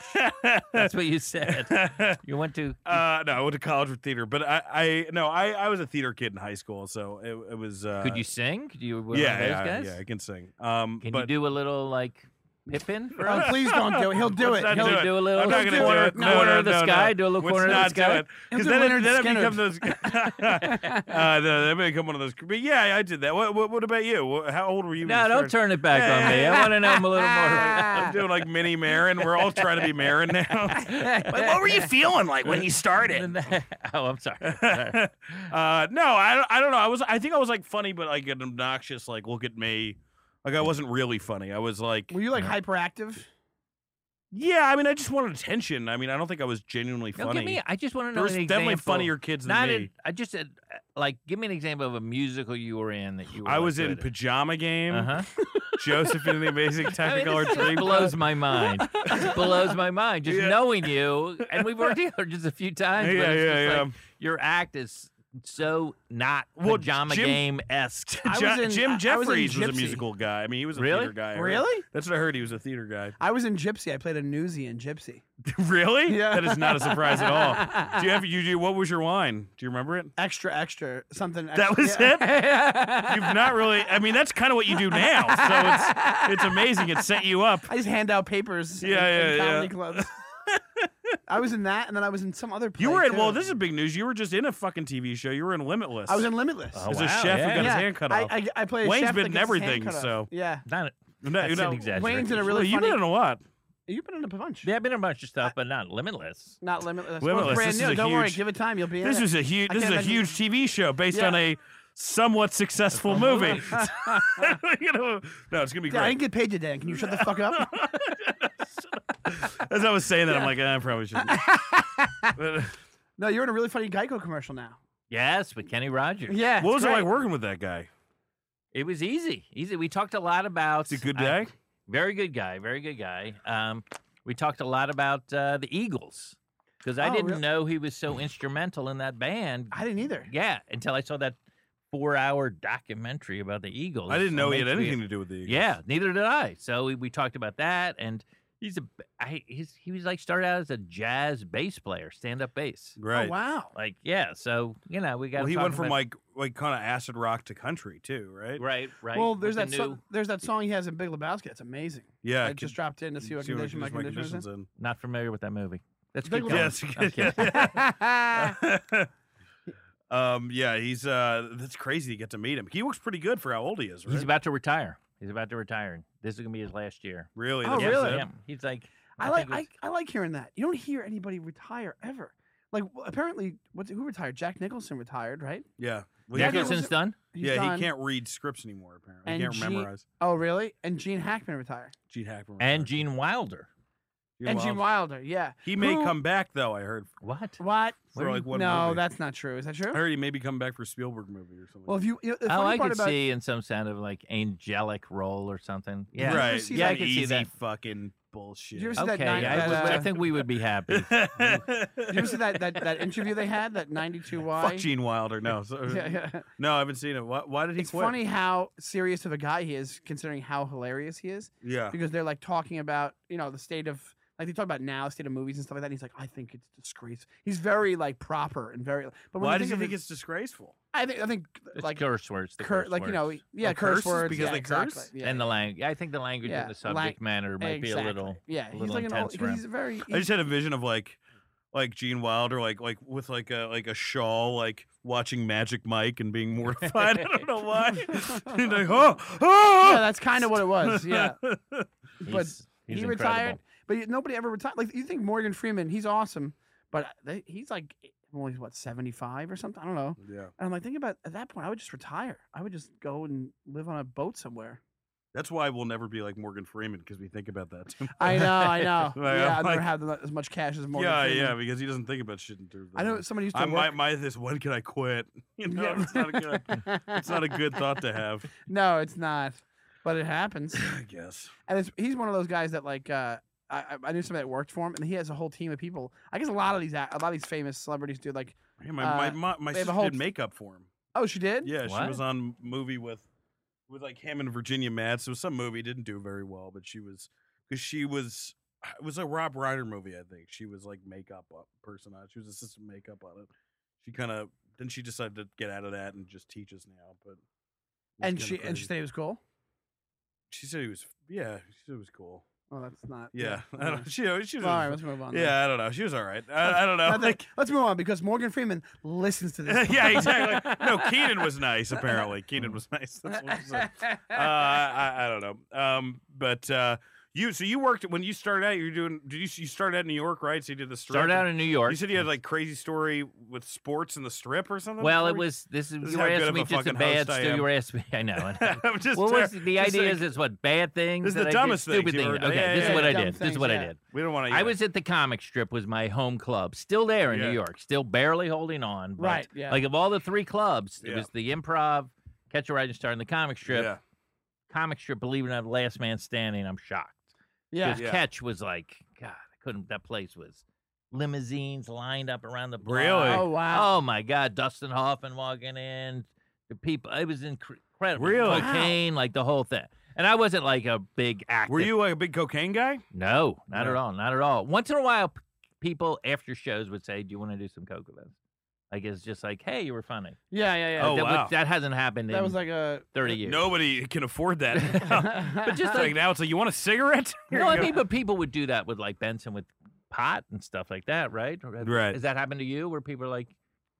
C: That's what you said.
A: uh,
C: You went to.
A: no, I went to college for theater, but I, I no, I, I was a theater kid in high school, so it, it was. Uh,
C: could you sing? Could you? Were
A: Yeah,
C: one of
A: yeah,
C: those guys?
A: yeah, I can sing. Um,
C: Can
A: but
C: you do a little like Pippin for
B: Oh,
C: us?
B: please don't do it. He'll do
A: Let's
B: it.
A: not
B: He'll
C: Can
A: do
C: we
A: it.
C: do a little
A: I'm not gonna do
C: corner,
A: it. No,
C: corner
A: no,
C: of the
A: no, no.
C: sky? Do a little
A: Let's
C: corner of the
A: not
C: sky.
A: do it. Because
B: do
A: then, it,
B: Leonard
A: then it
B: Skinner.
A: becomes those. uh, no, that become one of those. But yeah, I did that. What, what, what about you? What- How old were you? when
C: No,
A: you started?
C: don't turn it back on me. I want to know him a little more.
A: I'm doing like mini Marin. We're all trying to be Marin now. Like, what were you feeling like when you started?
C: oh, I'm sorry. I'm sorry.
A: uh, no, I don't, I don't know. I was I think I was like funny, but like an obnoxious like look at me. Like I wasn't really funny. I was like,
B: Were you like hyperactive?
A: yeah. I mean, I just wanted attention. I mean, I don't think I was genuinely
C: No,
A: funny.
C: give me. I just want to know
A: There's
C: an
A: definitely
C: example.
A: funnier kids than
C: Not
A: me.
C: in- I just uh, like give me an example of a musical you were in that you. Were
A: I was in
C: Pajama.
A: Pajama Game,
C: Uh-huh.
A: Joseph in the Amazing Technicolor
C: this just
A: Dreamcoat.
C: blows my mind. It blows my mind just
A: Yeah.
C: knowing you, and we've worked together just a few times.
A: Yeah,
C: but it's
A: yeah,
C: just
A: yeah.
C: Like, your act is so not
A: Well,
C: pajama
A: Jim-
C: game esque.
B: I
A: Jo-
B: was in- I-
A: Jim
B: I was in
A: Jeffries was, a
B: Gypsy.
A: musical guy. I mean, he was a
C: Really?
A: theater guy. I heard.
B: Really?
A: That's what I heard. He was a theater guy.
B: I was in Gypsy. I played a newsie in Gypsy.
A: really?
B: Yeah.
A: That is not a surprise at all. Do you have you? Do, what was your line? Do you remember it?
B: Extra, extra, something. Extra.
A: That was it. You've not really. I mean, that's kind of what you do now. So it's it's amazing. It set you up.
B: I just hand out papers.
A: Yeah,
B: in- in
A: yeah,
B: comedy clubs. I was in that, and then I was in some other. Play
A: You were in.
B: too.
A: Well, this is big news. You were just in a fucking TV show. You were in Limitless.
B: I was in Limitless.
C: Oh,
A: as
C: wow,
A: a chef
C: yeah.
A: who got
B: yeah,
A: his hand cut
B: I,
A: off.
B: I, I play. a
A: Wayne's
B: chef
A: been
B: that
A: in
B: gets his hand
A: everything,
B: cut off.
A: so-
B: yeah,
C: Not,
A: No,
C: that's
A: no.
C: an exaggeration.
B: Wayne's in a really
A: You've been
B: funny-
A: in a lot.
B: you've been in a bunch.
C: Yeah, I've been in a bunch of stuff, but not limitless.
B: Not limitless. Well,
A: Limitless,
B: it's brand
A: this
B: new.
A: is a
B: Don't worry.
A: huge-
B: Give it time. You'll be in
A: This
B: it.
A: was a huge.
B: I
A: This is
B: can't
A: a
B: imagine-
A: huge TV show based
B: Yeah.
A: on a somewhat successful movie. You know, no, it's gonna be
B: Yeah, I
A: great.
B: didn't get paid today. Can you shut the fuck up?
A: As I was saying that, I'm like, eh, I probably shouldn't. But, uh,
B: no, you're in a really funny Geico commercial now.
C: Yes, with Kenny Rogers.
B: Yeah.
A: what was
B: it's
A: it like
B: great.
A: working with that guy?
C: It was easy. Easy. We talked a lot about.
A: Is he a good
C: uh,
A: guy?
C: very good guy. Very good guy. Um, we talked a lot about uh, the Eagles because I
B: Oh,
C: didn't
B: really?
C: know he was so instrumental in that band.
B: I didn't either.
C: Yeah, until I saw that four-hour documentary about the Eagles.
A: I didn't know
C: on
A: he had
C: HBO.
A: anything to do with the.
C: Yeah, neither did I. So we, we talked about that, and he's a b- I, he's, he was like started out as a jazz bass player, stand-up bass.
A: Right.
B: Oh, wow.
C: Like yeah, so you know we got.
A: Well, he went from like like kind of acid rock to country too, right?
C: right, right.
B: Well,
C: with
B: there's
C: the
B: that so-
C: new-
B: there's that song he has in Big Lebowski. It's amazing.
A: Yeah.
B: I just dropped in to see what condition my condition is in.
A: in.
C: not familiar with that movie. That's
B: Big
C: good.
B: Lebowski.
A: Yes.
C: I'm kidding.
A: um. Yeah. He's uh. That's crazy to get to meet him. He looks pretty good for how old he is. Right?
C: He's about to retire. He's about to retire. This is gonna be his last year.
A: really.
B: Oh,
A: that's what
C: yeah,
A: he
B: really?
A: said?
C: yeah. He's like.
B: I like
C: think it
B: I,
C: was-
B: I like hearing that. You don't hear anybody retire ever. Like w- apparently, what's who retired? Jack Nicholson retired, right?
A: Yeah. Well,
B: Yeah,
A: he can't-
B: there
C: Nicholson's
B: was-
C: done.
B: He's
A: yeah,
B: done.
A: he can't read scripts anymore. Apparently,
B: And
A: he can't
B: Gene-
A: memorize.
B: Oh, really? And Gene Hackman retire.
A: Gene Hackman
C: And
A: retired.
C: Gene Wilder.
B: and Gene
A: Wilder.
B: Wilder. Yeah.
A: He may
B: Who-
A: come back though. I heard
C: What?
B: What?
A: for like one
B: no,
A: movie.
B: that's not true. Is that true?
A: I heard he maybe come back for Spielberg movie or something.
B: Well, if you, you know, the
C: Oh,
B: funny
C: I
B: part
C: could
B: about
C: see in some kind of like angelic role or something. Yeah.
A: right?
B: see
C: Yeah,
A: some
C: I could see
A: easy
C: that. Oh.
A: Fucking bullshit.
B: You ever see that
C: Okay.
B: nine-
C: I,
B: that,
C: would, I
B: uh,
C: think we would be happy.
B: you ever see that, that that interview they had that 92 Y?
A: Fuck Gene Wilder. No, so,
B: Yeah, yeah.
A: no, I haven't seen it. Why, why did he
B: It's
A: quit?
B: funny how serious of a guy he is, considering how hilarious he is.
A: Yeah,
B: Because they're like talking about you know the state of like they talk about now state of movies and stuff like that. And he's like, I think it's disgrace. He's very like proper and very. But when
A: Why does he
B: of
A: think
B: it-
A: it's disgraceful?
B: I think I think
C: It's
B: like
C: curse words. the
B: cur-
C: curse
B: like you know
C: words.
B: yeah
A: Oh,
B: curse
A: curses
B: words
A: because
B: yeah,
A: they curse?
B: exactly, yeah.
C: and the language. I think the language
B: Yeah,
C: and the
B: lang-
C: subject matter might
B: exactly.
C: be a little.
B: yeah he's
C: little
B: like an old
C: intense
B: because
C: around-
B: he's very
A: I just had a vision of like, like Gene Wilder, like like with like a like a shawl, like watching Magic Mike and being mortified. I don't know why. He's like, oh, oh.
B: yeah that's kind of what it was yeah but
C: "Ah!" He's, he's
B: he
C: incredible.
B: retired, but y- nobody ever retired. Like you think Morgan Freeman, he's awesome, but they, he's like, e, well, he's what seventy five or something. I don't know.
A: yeah,
B: And I'm like thinking about at that point, I would just retire. I would just go and live on a boat somewhere.
A: that's why we'll never be like Morgan Freeman because we think about that. Too much.
B: I know, I know.
A: Like, I'm
B: yeah, I've never
A: like-
B: had that- as much cash as Morgan.
A: yeah,
B: Freeman.
A: yeah, because he doesn't think about shit in terms. of
B: I know
A: that.
B: somebody used to
A: I my
B: work.
A: my this when can I quit? You know,
B: Yeah.
A: it's not a good. It's not a good thought to have.
B: no, it's not. But it happens.
A: I guess.
B: And it's, he's one of those guys that like uh, I I- I knew somebody that worked for him, and he has a whole team of people. I guess a lot of these act- a lot of these famous celebrities do. Like,
A: Yeah, my my
B: Uh,
A: my, my
B: they have a
A: sister
B: whole
A: did
B: t-
A: makeup for him.
B: oh, she did.
A: Yeah, she
C: What?
A: was on movie with with like him and Virginia Madsen. It was some movie didn't do very well, but she was because she was it was a Rob Reiner movie. I think she was like makeup up- person on. it. She was assistant makeup on it. She kind of then she decided to get out of that and just teaches now. But it was
B: And
A: kinda
B: she and she
A: crazy.
B: said it was cool.
A: she said he was yeah she said it was cool.
B: Well, that's not.
A: Yeah, I
B: okay.
A: don't, she she was
B: All right, let's move on. then.
A: yeah I don't know she was all right. I, I don't know.
B: Not that-
A: Like,
B: let's move on because Morgan Freeman listens to this.
A: yeah, exactly. No, Keenan was nice. Apparently, Keenan
B: Mm.
A: was nice. That's what I'm saying. Uh, I, I- I don't know. Um, but uh, you, so you worked when you started out. You were doing. Did you? You started out in New York, right? So you did the strip.
C: Started out in New York.
A: You said you had like crazy story with sports and the strip or something.
C: Well, it
A: before you-
C: was this is
A: This is
C: you
A: how
C: were
A: good of
C: asking
A: a
C: me just a
A: fucking
C: bad
A: host I
C: stu-
A: am.
C: you were asking me I know. and-
A: I'm just
C: What was
A: ter-
C: the
A: just
C: idea
A: like-
C: is it's what bad things
A: This is
C: that
A: the
C: I
A: dumbest
C: did,
A: things
C: stupid
A: you
C: thing.
A: heard.
C: Okay,
A: Yeah,
C: this
A: yeah,
C: is what
B: yeah.
C: I
B: Dumb
C: did. This
B: things,
C: is what I
B: yeah.
C: did.
A: we don't want to.
C: I was at the comic strip was my home club, still there in
A: Yeah.
C: New York, still barely holding on. But
B: Right. Yeah.
C: Like of all the three clubs,
A: Yeah.
C: it was the improv, Catch a Ride and Star, and the comic strip.
A: Yeah.
C: Comic strip, believe it or not, last man standing. I'm shocked.
B: yeah.
C: Because
A: Yeah.
C: Catch was like, God, I couldn't. That place was limousines lined up around the block.
A: Really?
B: Oh wow.
C: Oh my God, Dustin Hoffman walking in, the people. It was incre- incredible.
A: Really?
C: cocaine, like the whole thing. And I wasn't like a big actor.
A: Were you like a big cocaine guy?
C: No, not at
A: No.
C: all, not at all. Once in a while, p- people after shows would say, "Do you want to do some coke with us?" Like it's just like, "Hey, you were funny."
B: Yeah. Yeah. Yeah.
A: Oh,
C: that, would-
A: wow.
C: that hasn't happened
B: that
C: in
B: was like a.
C: thirty years.
A: Nobody can afford that. now.
B: but
A: It's like now it's like you want a cigarette? Here
C: no,
A: you
C: I
A: go.
C: mean, but people would do that with like Benson with pot and stuff like that, right? Or have-
A: Right.
C: Has that happened to you, where people are like,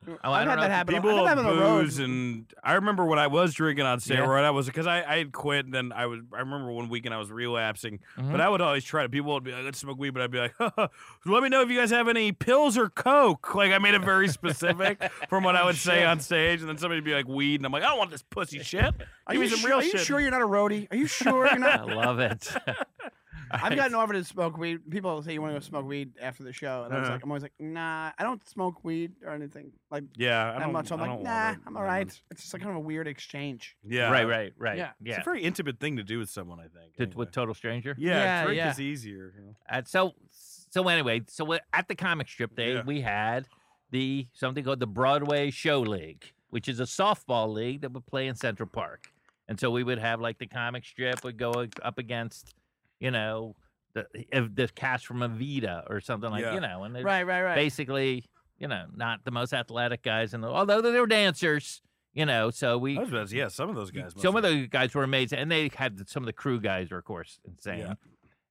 C: oh,
B: I've
C: I
B: had
C: don't know.
B: that happen.
A: People
B: I've had that on the road.
A: booze and I remember when I was drinking on
C: Yeah.
A: steroid, I was because I, I had quit. And then I was I remember one weekend I was relapsing,
C: Mhm.
B: Mm-hmm.
A: but I would always try to. People would be like, "Let's smoke weed," but I'd be like, "Let me know if you guys have any pills or coke." Like I made it very specific from what I would say
C: shit.
A: on stage, and then somebody'd be like, "Weed," and I'm like, "I don't want this pussy shit."
B: Are
A: Give
B: you,
A: me some
B: su-
A: real
B: are you
A: shit.
B: sure you're not a roadie? Are you sure you're
C: "I
B: not?
C: love it."
B: I've gotten offered to smoke weed. People say you want to go smoke weed after the show, and I was
A: Uh-huh.
B: like, I'm always like, nah, I don't smoke weed or anything like
A: Yeah, I
B: that
A: don't,
B: much. I'm
A: I
B: like,
A: don't
B: nah,
A: want it.
B: I'm all right. It's just like kind of a weird exchange.
A: Yeah,
C: Right, right, right.
B: Yeah.
C: Yeah,
A: It's a very intimate thing to do with someone, I think.
C: To-
A: anyway.
C: with total stranger.
A: yeah,
B: Yeah,
A: drink
B: yeah.
A: is easier. you know?
C: Uh, so so anyway, so we- at the comic strip day
A: Yeah.
C: we had the something called the Broadway Show League, which is a softball league that would play in Central Park. And so we would have like the comic strip would go ag- up against, you know, the if the cast from Evita or something like
A: Yeah.
C: you know, and they're
B: Right, right, right.
C: basically you know not the most athletic guys, and although they were dancers, you know, so we
A: I was about to say, yeah, some of those guys.
C: some of
A: must
C: the guys were amazing, and they had some of the crew guys were of course insane,
A: Yeah.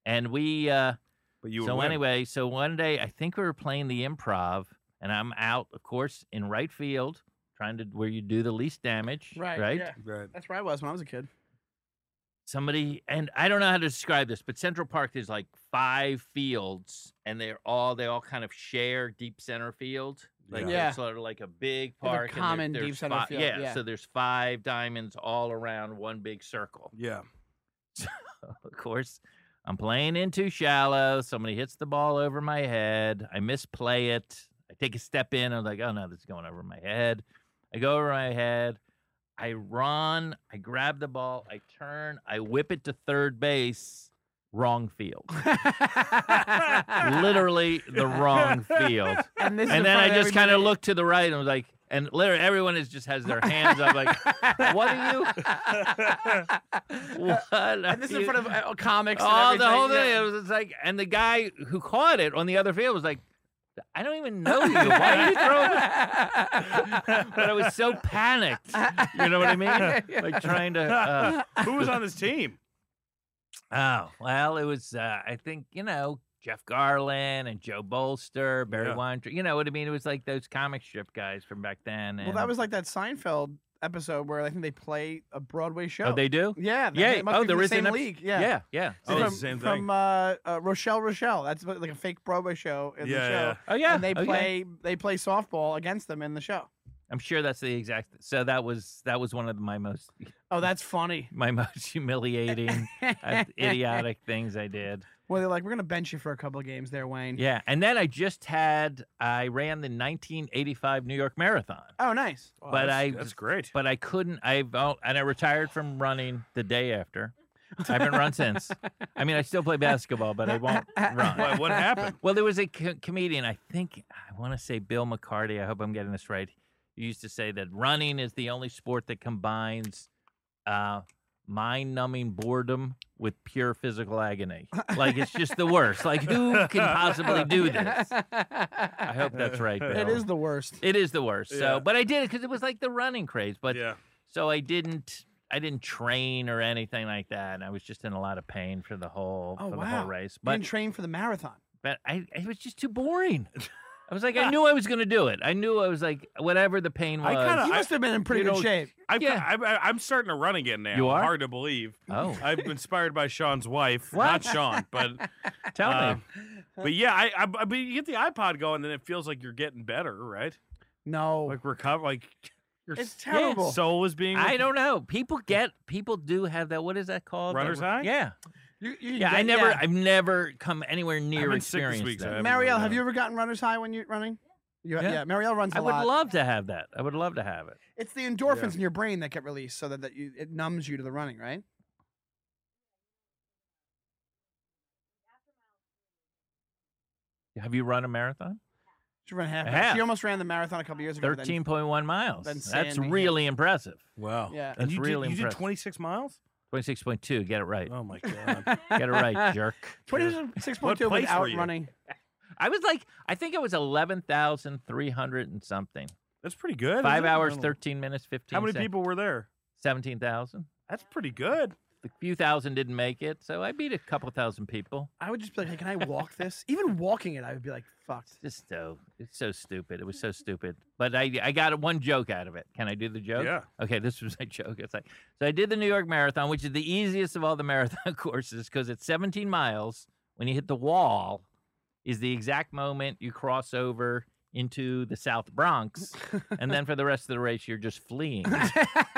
C: and we. uh
A: have, but you would
C: so
A: win.
C: anyway, so one day I think we were playing the improv, and I'm out, of course, in right field, trying to where you do the least damage.
B: right,
C: Right.
B: yeah.
A: right?
B: That's where I was when I was a kid.
C: Somebody and I don't know how to describe this, but Central Park there's like five fields, and they're all they all kind of share deep center field. Like
B: Yeah.
C: it's sort of like a big
B: Like a
C: park. and there-
B: common
C: there's
B: deep center
C: fi-
B: field,
C: Yeah,
B: yeah.
C: So there's five diamonds all around one big circle.
A: Yeah.
C: Of course, I'm playing in too shallow. Somebody hits the ball over my head. I misplay it. I take a step in. I'm like, oh no, this is going over my head. I go over my head. I run. I grab the ball. I turn. I whip it to third base. Wrong field. Literally the wrong field.
B: and, this is in
C: and then I
B: front
C: just kind
B: everybody.
C: of looked to the right and was like, and literally everyone is just has their hands up, like, what are you? What? are
B: And this is in
C: you-
B: front of uh, comics. and
C: Oh, the
B: everything,
C: whole thing.
B: yeah.
C: It was just like, and the guy who caught it on the other field was like, I don't even know you. Why are you throwing? but I was so panicked. You know what I mean? Like trying to. Uh,
A: Who was on this team?
C: oh well, it was. Uh, I think you know Jeff Garland and Joe Bolster, Barry
A: Yeah.
C: Weintraub. You know what I mean? It was like those comic strip guys from back then.
B: Well, that
C: and-
B: was like that Seinfeld episode where I think they play a Broadway show.
C: Oh, they do.
B: yeah, they-
C: Yeah,
B: It must
C: oh,
B: be from
C: there
B: the
C: is an
B: same
C: epi-
B: league. Yeah.
C: yeah. yeah.
A: Oh,
B: So
A: it's
B: from,
A: the same
B: from,
A: thing.
B: uh, uh, Rochelle Rochelle. That's like a fake Broadway show in the
A: Yeah,
B: show.
A: yeah.
C: Oh yeah.
B: And they
C: oh, yeah.
B: play they play softball against them in the show.
C: I'm sure that's the exact. So that was that was one of my most
B: Oh, that's funny.
C: my most humiliating, uh, idiotic things I did.
B: Well, they're like, we're gonna bench you for a couple of games there, Wayne.
C: Yeah, and then I just had I ran the 1985 New York Marathon,
B: Oh, nice.
A: Oh,
C: But
A: that's-
C: I-
A: That's great.
C: but I couldn't. I oh, and I retired from running the day after. I haven't run since. I mean, I still play basketball, but I won't run.
A: What, what happened?
C: Well, there was a co- comedian, I think, I want to say Bill McCarty. I hope I'm getting this right. He used to say that running is the only sport that combines uh, mind numbing boredom with pure physical agony. Like, it's just the worst. Like, who can possibly do this? I hope that's right, Bill.
B: It is the worst.
C: It is the worst.
A: Yeah.
C: So, but I did it because it was like the running craze. But
A: yeah.
C: so I didn't, I didn't train or anything like that. And I was just in a lot of pain for the whole,
B: Oh,
C: for the whole
B: wow.
C: race.
B: But
C: But
B: and train for the marathon.
C: but I it was just too boring. I was like, I knew I was gonna do it. I knew I was like, whatever the pain was.
A: I kinda-
B: You
A: I-
B: must have been in pretty
C: Uh, you
B: good
C: know,
B: shape.
A: I've,
C: Yeah.
A: yeah. I'm, I'm starting to run again now.
C: You are?
A: Hard to believe.
C: oh,
A: I'm inspired by Sean's wife,
C: What?
A: not Sean, but
C: tell
A: uh,
C: me.
A: but yeah, I, I but you get the iPod going, then it feels like you're getting better, right?
B: No,
A: Like recover, like your
B: it's
A: s-
B: terrible.
A: soul is being.
C: I don't know. People get people do have that. What is that called? That
A: Runner's
C: re-
A: high?
C: Yeah,
B: You- you
C: yeah.
B: get-
C: I never,
B: yeah.
C: I've never come anywhere near
A: been sick this
C: experience
A: week, so I
C: that.
A: haven't
B: Marielle,
A: really
B: have
A: done
B: you
A: it.
B: ever gotten runner's high when you're running? You, yeah.
C: Yeah.
B: Marielle runs a
C: I would
B: lot.
C: love to have that. I would love to have it.
B: it's the endorphins in your brain that get released, so that, that you, it numbs you to the running, right?
C: Have you run a marathon?
B: She ran half.
C: I have.
B: She almost ran the marathon a couple years ago. then-
C: Thirteen point one miles.
B: then
C: That's
B: Sandy hit.
C: really impressive.
A: Wow.
B: Yeah.
A: And
C: That's
A: you
C: really
A: did, you
C: impressive.
A: did 26 miles.
C: Twenty six point two. Get it right.
A: Oh my god.
C: Get it right, jerk.
B: Twenty-six point two
A: What place were
B: without
A: you?
B: running.
C: I was like, I think it was eleven thousand three hundred and something.
A: That's pretty good.
C: Five
A: isn't it? I
C: hours,
A: don't know.
C: thirteen minutes, fifteen.
A: How many
C: seconds.
A: people were there?
C: Seventeen thousand.
A: That's pretty good.
C: A few thousand didn't make it, so I beat a couple thousand people.
B: I would just be like, hey, can I walk this? Even walking it, I would be like, fucked.
C: It's just so it's so stupid. It was so stupid, but I I got one joke out of it. Can I do the joke?
A: Yeah.
C: Okay, this was my joke. It's like so I did the New York Marathon, which is the easiest of all the marathon courses because it's 17 miles. When you hit the wall, is the exact moment you cross over into the South Bronx, and then for the rest of the race, you're just fleeing. it's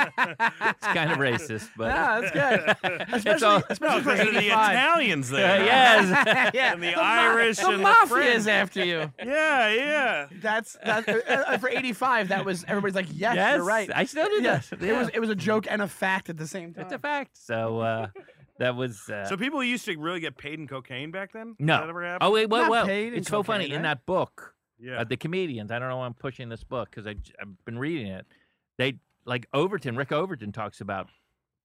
C: kind of racist, but
B: Yeah, that's good.
C: It's
B: Especially,
C: all-
B: especially for
A: because of the
B: 85.
A: Italians there.
C: Uh, yes.
B: yeah,
A: And the
B: ma-
A: Irish
B: the
A: and the
B: mafia
A: French.
B: is after you.
A: Yeah, yeah.
B: That's that uh, uh, for '85. That was everybody's like, yes,
C: yes,
B: you're right.
C: I still did
B: Yes,
C: yes,
B: it was it was a joke and a fact at the same time.
C: It's a fact. So uh, that was. Uh,
A: So people used to really get paid in cocaine back then. Did
C: No.
A: that ever happened?
C: oh wait, well,
B: Not
C: well,
B: paid in
C: it's so funny.
B: cocaine,
C: In
B: right?
C: that book,
A: yeah.
C: uh, the comedians. I don't know why I'm pushing this book because I've been reading it. They like Overton. Rick Overton talks about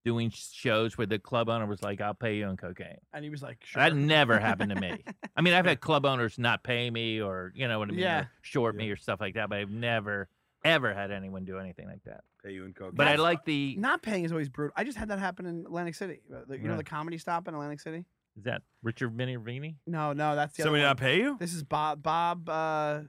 C: doing sh- shows where the club owner was like, "I'll pay you on cocaine."
B: and he was like, sure.
C: That never happened to me. I mean, I've had club owners not pay me or you know what I mean, or
B: Yeah.
C: short
A: Yeah.
C: me or stuff like that. But I've never ever had anyone do anything like that.
A: pay you in cocaine.
C: But I like the
B: Not paying is always brutal. I just had that happen in Atlantic City. Uh, the- you know
C: Yeah.
B: the comedy stop in Atlantic City?
C: is that Richard Minervini?
B: No, no, that's the
A: somebody
B: other
A: not
B: one.
A: pay you.
B: This is Bob. Bob uh,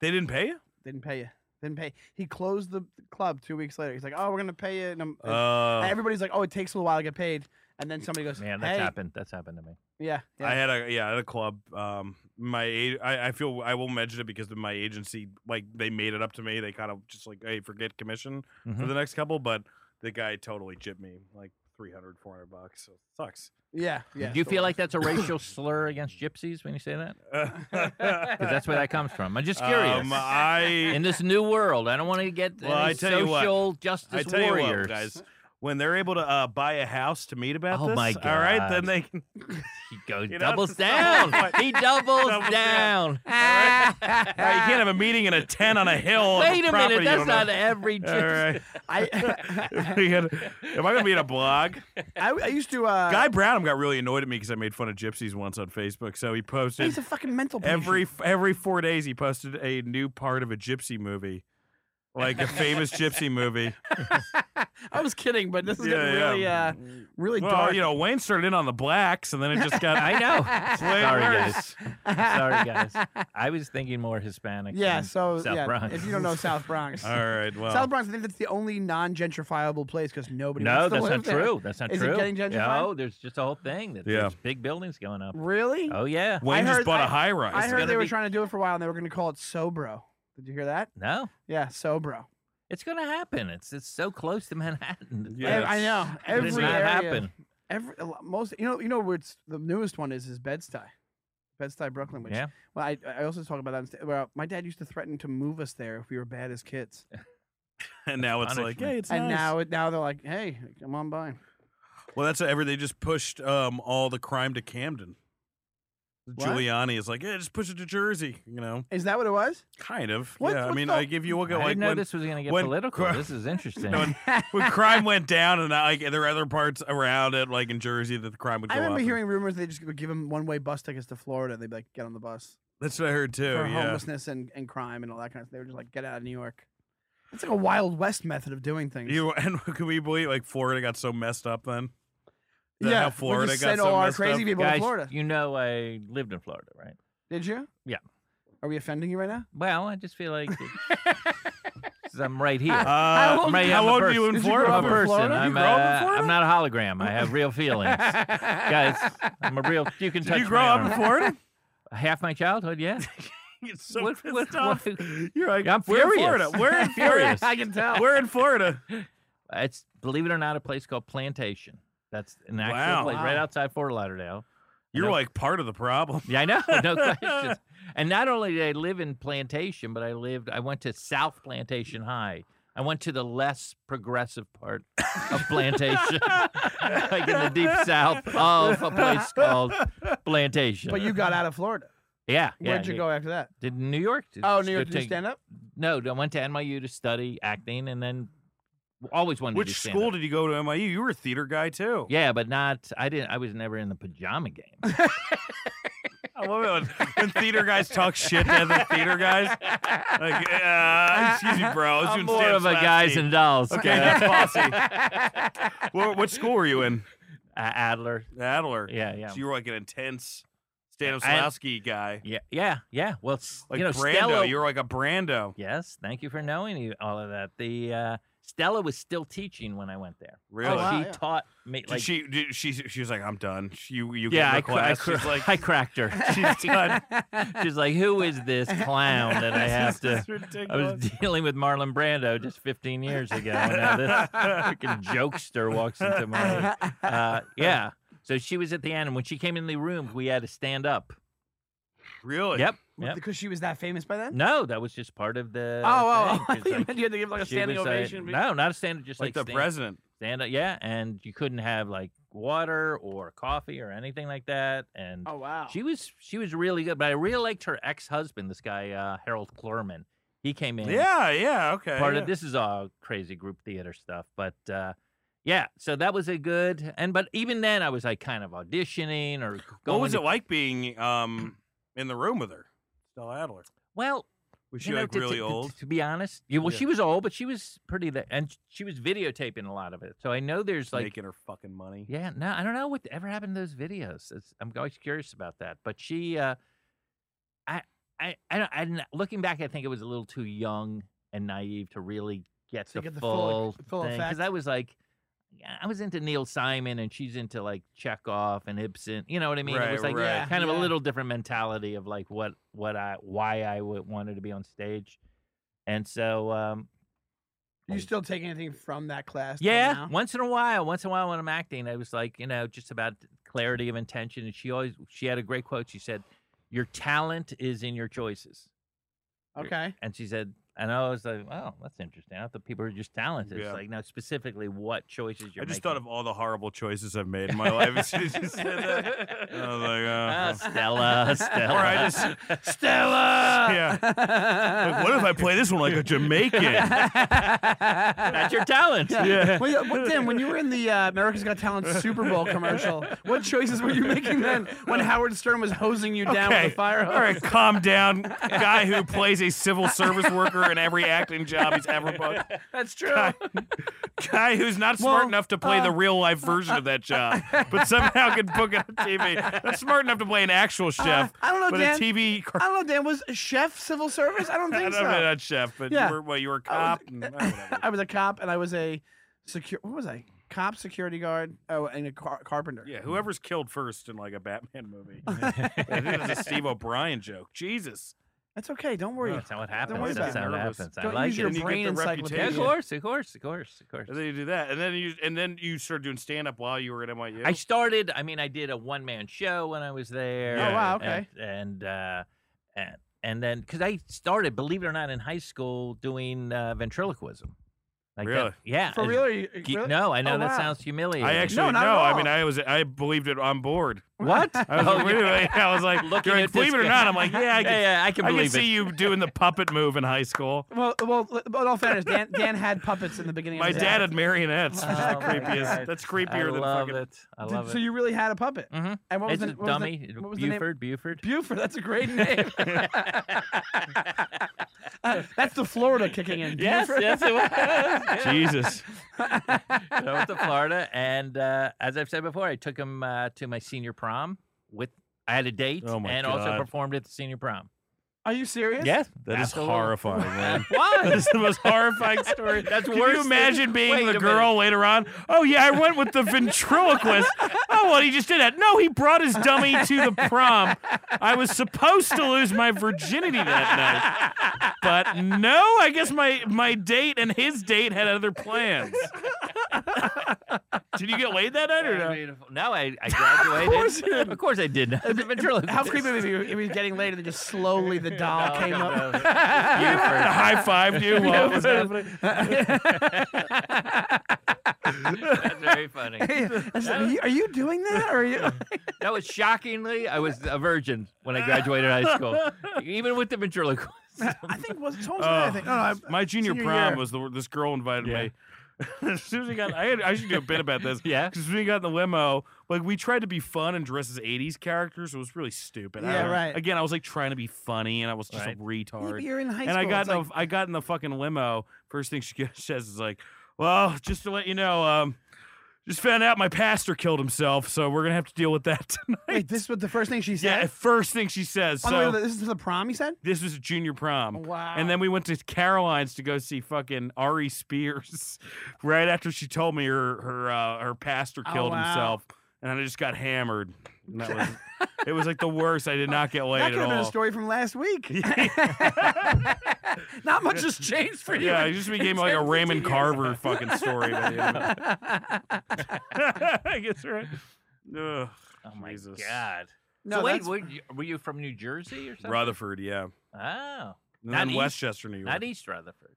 A: They didn't pay you.
B: didn't pay you. Didn't pay. He closed the club two weeks later. He's like, oh, we're gonna pay you. And, I'm- and
A: Uh,
B: everybody's like, oh, it takes a little while to get paid. And and then somebody goes,
C: Man, that's
B: "Hey."
C: happened. That's happened to me.
B: Yeah, yeah.
A: I had a yeah, I had a club. Um, my a- I, I feel I will mention it because my agency like they made it up to me. They kind of just like hey, forget commission for
C: Mhm.
A: the next couple, but the guy totally gypped me like 300, 400 bucks. So it sucks.
B: yeah, yeah.
C: Do you
B: totally.
C: feel like that's a racial slur against gypsies when you say that? Because
A: that's
C: that's where that comes from. I'm just curious.
A: Um, I
C: in this new world. I don't want to get
A: Well, I
C: any
A: tell you what.
C: social justice
A: I tell
C: warriors.
A: you what, guys. When they're able to uh, buy a house to meet about
C: Oh
A: this,
C: my
A: all right,
C: God.
A: then they can.
C: He goes
A: You know,
C: doubles
A: it's not
C: down.
A: like-
C: he doubles
A: Doubles
C: down.
A: right. all right, you can't have a meeting in a tent on a hill. of
C: Wait a
A: property you
C: minute, that's
A: don't know.
C: not every
A: All
C: gypsy.
A: right.
B: I,
A: We gotta- Am I gonna be in a blog?
B: I, I used to. Uh,
A: Guy Bradham got really annoyed at me because I made fun of gypsies once on Facebook. So he posted
B: he's a fucking mental. patient.
A: every every four days he posted a new part of a gypsy movie, like a famous gypsy movie.
B: I was kidding, but this is
A: Yeah,
B: getting
A: yeah.
B: really, uh, really
A: Well,
B: dark.
A: you know, Wayne started in on the blacks, and then it just got
C: I know.
A: it's way
C: Sorry,
A: worse.
C: guys. Sorry, guys. I was thinking more Hispanic.
B: yeah.
C: than
B: So
C: South
B: yeah,
C: Bronx.
B: if you don't know South Bronx,
A: All right, well,
B: South Bronx, I think that's the only non-gentrifiable place because nobody.
C: no,
B: wants to
C: that's
B: live
C: not
B: there.
C: true. That's not
B: Is it
C: true.
B: getting gentrified?
C: No, there's just a whole thing that
A: Yeah.
C: there's big buildings going up.
B: Really?
C: Oh yeah.
A: Wayne
B: heard-
A: just bought a
B: I-
A: high rise.
B: I heard
C: gonna
B: they were
C: be-
B: trying to do it for a while, and they were going to call it Sobro. Did you hear that?
C: No,
B: Yeah, Sobro.
C: it's gonna happen. It's it's so close to Manhattan.
A: Yeah,
B: Ev- I know.
C: It
B: Every
C: does not
B: area,
C: happen.
B: Every a lo- most, you know, you know where it's the newest one is is Bed-Stuy, Bed-Stuy, Brooklyn. Which,
C: Yeah.
B: Well, I, I also talk about that. On sta- well, my dad used to threaten to move us there if we were bad as kids,
A: and now it's like,
C: Punishment.
A: hey, it's
B: and
A: nice.
B: now it- now they're like, hey, come on by.
A: Well, that's ever they just pushed um, all the crime to Camden.
B: What?
A: Giuliani is like, yeah, just push it to Jersey. You know,
B: Is that what it was?
A: kind of.
B: What-
A: yeah, I
B: what
A: mean,
B: the-
A: I give you a look
C: I
A: at like
C: didn't know
A: when-
C: this was gonna get
A: when-
C: political. this is interesting.
A: when, when crime went down and like there were other parts around it, like in Jersey, that the crime would go
B: I remember
A: up.
B: hearing rumors they just would give them one way bus tickets to Florida. They'd be like, get on the bus
A: That's what I heard too. Oh,
B: for
A: yeah.
B: homelessness and, and crime and all that kind of stuff. They were just like, get out of New York. It's like a Wild West method of doing things.
A: You and can we believe like Florida got so messed up then? Is that how
B: we
A: Florida
B: just
A: got
B: send
A: so
B: all our
A: messed
B: crazy
A: up?
B: people to
C: Guys,
B: Florida.
C: you know I lived in Florida, right?
B: Did you?
C: Yeah.
B: Are we offending you right now?
C: Well, I just feel like it's- I'm right here.
A: Uh,
B: How old-
C: Right,
A: how
C: I'm a
A: old are you
C: person.
A: in
B: Did you
A: Florida?
B: grow up
C: I'm a
B: in
A: for?
C: person.
B: Florida?
C: I'm,
A: You grow up in
C: uh,
A: Florida?
C: I'm not a hologram. I have real feelings, guys. I'm a real. You can
A: Did
C: touch
A: you grow
C: my
A: up
C: arm.
A: in Florida?
C: Half my childhood, yeah.
A: It's so
C: What-
A: pissed
C: what-
A: off.
C: what-
A: You're like,
C: I'm
A: we're in
C: furious.
A: Florida. We're in Florida.
C: Furious.
B: I can tell.
A: we're in Florida.
C: It's believe it or not, a place called Plantation. That's an actual
A: Wow.
C: place right
B: Wow.
C: outside Fort Lauderdale.
A: You're
C: Nope.
A: like part of the problem.
C: Yeah, I know, no questions. And not only did I live in Plantation, but I lived. I went to South Plantation High. I went to the less progressive part of Plantation, like in the deep south of a place called Plantation.
B: But you got out of Florida.
C: yeah, yeah,
B: Where'd you
C: yeah.
B: go after that?
C: Did New York? Did,
B: Oh, New York.
C: to
B: Did you
C: take-
B: stand up?
C: No, I went to NYU to study acting, and then always wanted to
A: Which
C: do stand-up.
A: school did you go to NYU? You were a theater guy too.
C: Yeah, but not. I didn't. I was never in the pajama game.
A: I love it when, when theater guys talk shit to other theater guys. Like, uh, excuse me, bro. I was
C: I'm
A: doing
C: more
A: stand-up
C: of a
A: last
C: guys
A: week.
C: and dolls.
A: Okay,
C: guy.
A: that's bossy. What, what school were you in?
C: Uh, Adler.
A: Adler.
C: Yeah, yeah.
A: So you were like an intense
C: I-
A: Stanislavski guy.
C: Yeah, yeah, yeah. Well, s-
A: Like
C: you know,
A: Brando.
C: Stella.
A: You were like a Brando.
C: Yes, thank you for knowing you, all of that. The uh, Stella was still teaching when I went there.
A: Really?
C: So
B: wow.
C: she
B: yeah.
C: taught me.
A: Did
C: Oh, Like,
A: she, did she, she was like, I'm done. She- You, you gave
C: yeah,
A: her
C: I, cra- I,
A: class.
C: cra-
A: She's like,
C: I cracked her.
A: she's done.
C: She's like, "Who is this clown that I have
A: This
C: to?"
A: is
C: I
A: ridiculous.
C: was dealing with Marlon Brando just 15 years ago. and Now this freaking jokester walks into my uh, yeah. So she was at the end, and when she came in the room, we had to stand up.
A: really?
C: Yep. Yep.
B: Because she was that famous by then?
C: No, that was just part of the.
B: oh, oh, oh.
C: thing. It's
B: you
C: like,
B: meant you had to give like a
C: she
B: standing
C: was, uh,
B: ovation.
C: no, not a standing, just
A: Like
C: like,
A: the
C: stand,
A: president.
C: stand up. Yeah, and you couldn't have like water or coffee or anything like that. And
B: Oh, wow.
C: she was she was really good, but I really liked her ex husband, this guy uh, Harold Klurman. He came in.
A: Yeah, yeah, okay.
C: part
A: Uh, yeah.
C: of this is all crazy group theater stuff but uh yeah so that was a good and but even then i was like kind of auditioning or going
A: What was
C: to-
A: it like being um in the room with her, Stella Adler?
C: well
A: Was
C: you
A: she
C: know,
A: like
C: to- to-
A: really
C: to-
A: old?
C: to, be honest yeah, well
A: Yeah.
C: she was old but she was pretty the, and she was videotaping a lot of it so i know there's like
A: Making her fucking money.
C: yeah no i don't know what ever happened to those videos it's, i'm always curious about that but she uh i i i, don't, I don't- looking back i think it was a little too young and naive to really get
B: So you
C: the
B: get the full-
C: full,
B: full
C: thing because
B: effect.
C: i was like yeah, I was into Neil Simon and she's into like Chekhov and Ibsen. You know what I mean?
A: Right,
C: it was like
A: right.
B: Yeah,
C: kind of a
B: yeah.
C: little different mentality of like what what I why I w- wanted to be on stage. And so um
B: You still take anything from that class? till
C: yeah,
B: now?
C: once in a while, once in a while when I'm acting, I was like, you know, just about clarity of intention and she always she had a great quote. She said, "Your talent is in your choices."
B: Okay.
C: And she said, and I was like, "Oh, that's interesting. I thought people are just talented."
A: Yeah.
C: It's like, no, specifically what choices you're
A: I just
C: making.
A: thought of all the horrible choices I've made in my life. As soon as you said that, I was
C: Ah,
A: like, uh,
C: Stella, Stella.
A: Or I just-
C: Stella.
A: Yeah. like, what if I play this one like a Jamaican?
C: That's your talent.
A: Yeah.
B: Well, yeah, but Tim, when you were in the uh, America's Got Talent Super Bowl commercial, what choices were you making then when Howard Stern was hosing you down
A: Okay,
B: with a fire hose?
A: All right, calm down. Guy who plays a civil service worker in every acting job he's ever booked.
B: That's true.
A: Guy, guy who's not smart
B: Well,
A: enough to play
B: uh,
A: the real life version of that job, but somehow could book it on TV. Not smart enough to play an actual
B: Uh,
A: chef,
B: I don't know,
A: but
B: Dan.
A: a TV.
B: I don't know, Dan. Was chef civil service? I don't
A: I
B: think
A: don't
B: so.
A: know, not chef, but
B: Yeah.
A: you were well, you were a
B: I was-
A: cop. and, uh, whatever.
B: I was a cop and I was a secure. What was I? Cop, security guard, oh, and a car- carpenter.
A: Yeah, whoever's killed first in like a Batman movie. I think that's a Steve O'Brien joke. Jesus.
B: That's okay. Don't worry.
C: That's not what happens.
B: worry
C: That's
B: about
C: how
A: it.
C: it happens. I
B: Don't
C: like
B: use your
C: it.
A: And you get
B: brain
A: the
C: Yeah,
B: encyclopedia.
C: of
A: reputation.
C: course, of course, of course, of course.
A: And then you do that, and then you and then you started doing stand up while you were at NYU.
C: I started. I mean, I did a one man show when I was there.
A: Oh,
B: wow,
C: and-
B: okay.
C: And uh, and, and then because I started, believe it or not, in high school doing uh, ventriloquism. Like that-
A: Really?
C: yeah.
B: For
C: as-
B: real? Are you-
C: ge-
B: really?
C: No, I know
B: Oh,
C: that
B: wow.
C: sounds humiliating.
A: I actually
B: No,
A: no.
B: not at
A: I
B: all.
A: mean, I was I believed it on board.
C: what?
A: I was,
C: Oh,
A: really,
C: yeah.
A: I was like,
C: Looking
A: you're like,
C: at this
A: believe it or
C: guy.
A: not, I'm like, yeah, I
C: yeah,
A: can,
C: yeah, I can
A: I can
C: believe
A: see
C: it.
A: you doing the puppet move in high school.
B: Well, well, l- but in all fairness, Dan, Dan had puppets in the beginning.
A: My
B: of his
A: dad
B: act.
A: had marionettes, which is
B: Oh
A: the
B: my
A: creepiest.
C: God.
A: That's
C: I
A: creepier than
C: love
A: fucking.
C: it. I
B: Did-
C: love
B: so
C: it.
B: you really had a puppet.
C: Mhm.
B: And what was
C: It's
B: the
C: a
B: what was the-
C: dummy.
B: what was the name?
C: Buford. Buford.
B: Buford. That's a great name. Uh, that's the Florida kicking in.
C: yes,
B: Buford.
C: yes, it was. Yeah.
A: Jesus.
C: So I went to Florida, and uh, as I've said before, I took him uh, to my senior prom. With I had a date,
A: Oh my
C: and also
A: God.
C: performed at the senior prom.
B: Are you serious?
C: Yes,
A: That is
C: absolutely.
A: horrifying, man.
C: Why?
A: That is the most horrifying story.
C: That's
A: Can you
C: worse than-
A: imagine
C: Wait
A: being
C: a
A: the
C: minute.
A: girl later on? Oh yeah, I went with the ventriloquist. oh well, he just did that. No, he brought his dummy to the prom. I was supposed to lose my virginity that night, but no, I guess my my date and his date had other plans. did you get laid that night or no?
C: Beautiful. No, I, I
B: course
C: graduated. of,
B: you
C: course
B: didn't.
C: I did. I was Oh, a ventriloquist.
B: How creepy would it be if he was getting later and just slowly the
C: No,
B: doll came
C: no,
B: up?
C: no.
A: I high fived you while it was
C: Yeah.
A: happening.
C: That's very funny.
B: Hey, I said, are, you, are you doing that? Or are you?
C: That was shockingly, I was a virgin when I graduated high school, even with the ventriloquist.
B: I think was someone said that, I
A: Oh,
B: think. No, no, I,
A: my junior
B: senior
A: prom
B: year.
A: was the this girl invited
C: Yeah.
A: me. as soon as we got, I, had, I should do a bit about this.
C: Yeah.
A: because we got in the limo, like we tried to be fun and dress as '80s characters. It was really stupid. I
B: Yeah,
A: don't-
B: right.
A: Again, I was like trying to be funny, and I was just
C: Right.
A: a
B: Yeah, but
A: retard.
B: you're in high
A: Oh, and
B: school.
A: I got
B: it's
A: in the,
B: like,
A: I got in the fucking limo. First thing she gets- says is like, "Well, just to let you know, um, just found out my pastor killed himself, so we're gonna have to deal with that tonight."
B: wait, this was the first thing she
A: Yeah,
B: said.
A: first thing she says.
B: Oh, no, wait,
A: So
B: wait, this is the prom you said?
A: this was a junior prom.
B: Wow.
A: And then we went to Caroline's to go see fucking Ari Spears right after she told me her her uh, her pastor
B: Oh,
A: killed
B: wow.
A: himself, and I just got hammered. And that was it. Was like the worst. I did not get laid
B: that
A: at
B: could have been a
A: all.
B: story from last week. Not much has changed for you.
A: Yeah, it just became like a Raymond Carver fucking story. by the end of it. I guess right. Ugh,
C: Oh my
A: Jesus.
C: god!
B: No,
C: so wait,
B: that's-
C: were you, were you from New Jersey or something?
A: Rutherford, yeah,
C: Oh,
A: and
C: Not
A: then
C: East-
A: Westchester, New York.
C: not East Rutherford.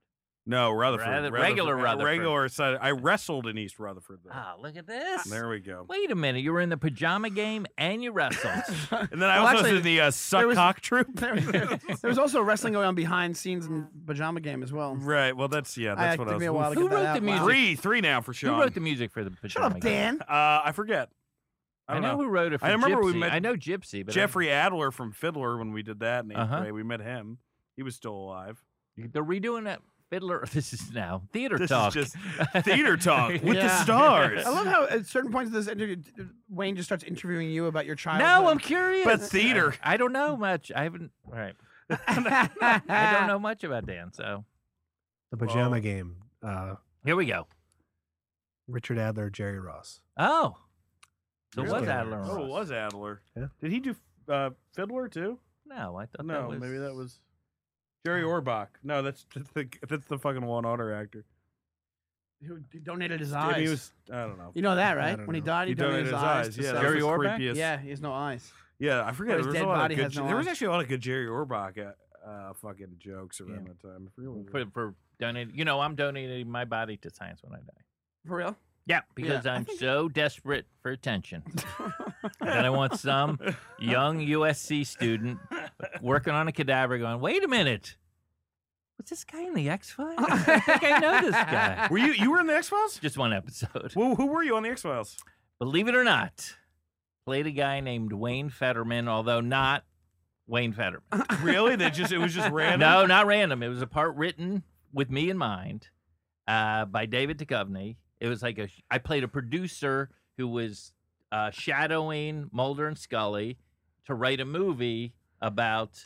A: No, Rutherford,
C: Rather-
A: Rutherford.
C: regular
A: Uh,
C: Rutherford.
A: regular side. I wrestled in East Rutherford though.
C: Ah, look at this.
A: There we go.
C: Wait a minute, you were in the pajama game and you wrestled.
A: And
C: Oh,
A: then I
B: Well,
A: also
B: actually,
A: did the uh, suck
B: was-
A: cock troop.
B: there, was, there was also wrestling going on behind scenes in pajama game as well.
A: Right. Well, that's yeah.
B: I,
A: That's
B: it
A: what
B: took
A: I was.
B: me a while to
C: Who
B: get that
C: wrote
B: out.
C: the music?
B: Wow.
A: Three, three now for
C: who
A: Sean.
C: wrote the music for the
B: Shut
C: pajama
B: up,
C: game?
B: Dan.
A: Uh, I forget. I
C: I
A: don't
C: know,
A: know.
C: who wrote it. For
A: I remember we
C: Gypsy.
A: met
C: I know Gypsy, but I don't-
A: Jeffrey Adler from Fiddler when we did that in 8th
C: Uh-huh.
A: grade, we met him. He was still alive.
C: They're redoing that fiddler. This is now theater
A: This
C: talk.
A: is just theater talk with
B: Yeah.
A: the stars.
B: I love how at certain points of this interview, d- Wayne just starts interviewing you about your childhood.
C: no, I'm curious.
A: But theater.
C: I, I don't know much. I haven't. All right. I
A: Ah.
C: don't know much about Dan, so
D: The pajama
A: Well-
D: game. Uh,
C: here we go.
D: Richard Adler, Jerry Ross.
C: Oh, so it was
D: Really?
C: Adler? and
A: Oh, it
C: Ross.
A: was Adler.
D: Yeah.
A: Did he do uh, Fiddler too?
C: No, I thought
A: no,
C: that was
A: maybe that was Jerry Orbach. No, that's that's the, that's the fucking one order actor.
B: Who d- donated his
A: And
B: eyes?
A: he was I don't know.
B: you know that,
D: I
B: right?
D: don't
B: When he
D: know.
B: died, he,
A: He donated his eyes.
B: to
A: Yeah,
B: sell-
A: that was
C: Jerry
A: the
C: Orbach?
A: creepiest-
B: yeah, he has no eyes.
A: Yeah, I forget.
B: Or his
A: There was,
B: dead
A: a lot
B: body
A: of good,
B: has no
A: there was
B: eyes.
A: actually a lot of good Jerry Orbach uh, uh, fucking jokes around that time. I forget what it was.
C: for, for donating. You know, I'm donating my body to science when I die.
B: For real?
C: Yeah, because
B: I
C: I'm
B: think-
C: so desperate for attention that I want some young USC student working on a cadaver going, wait a minute. Was this guy in the X Files? I think I know this guy.
A: Were you you were in the X Files?
C: Just one episode.
A: Well, who were you on the X Files?
C: Believe it or not, played a guy named Wayne Fetterman, although not Wayne Fetterman.
A: really? They just it was just random.
C: No, not random. It was a part written with me in mind uh, by David Duchovny. It was like a I played a producer who was uh, shadowing Mulder and Scully to write a movie about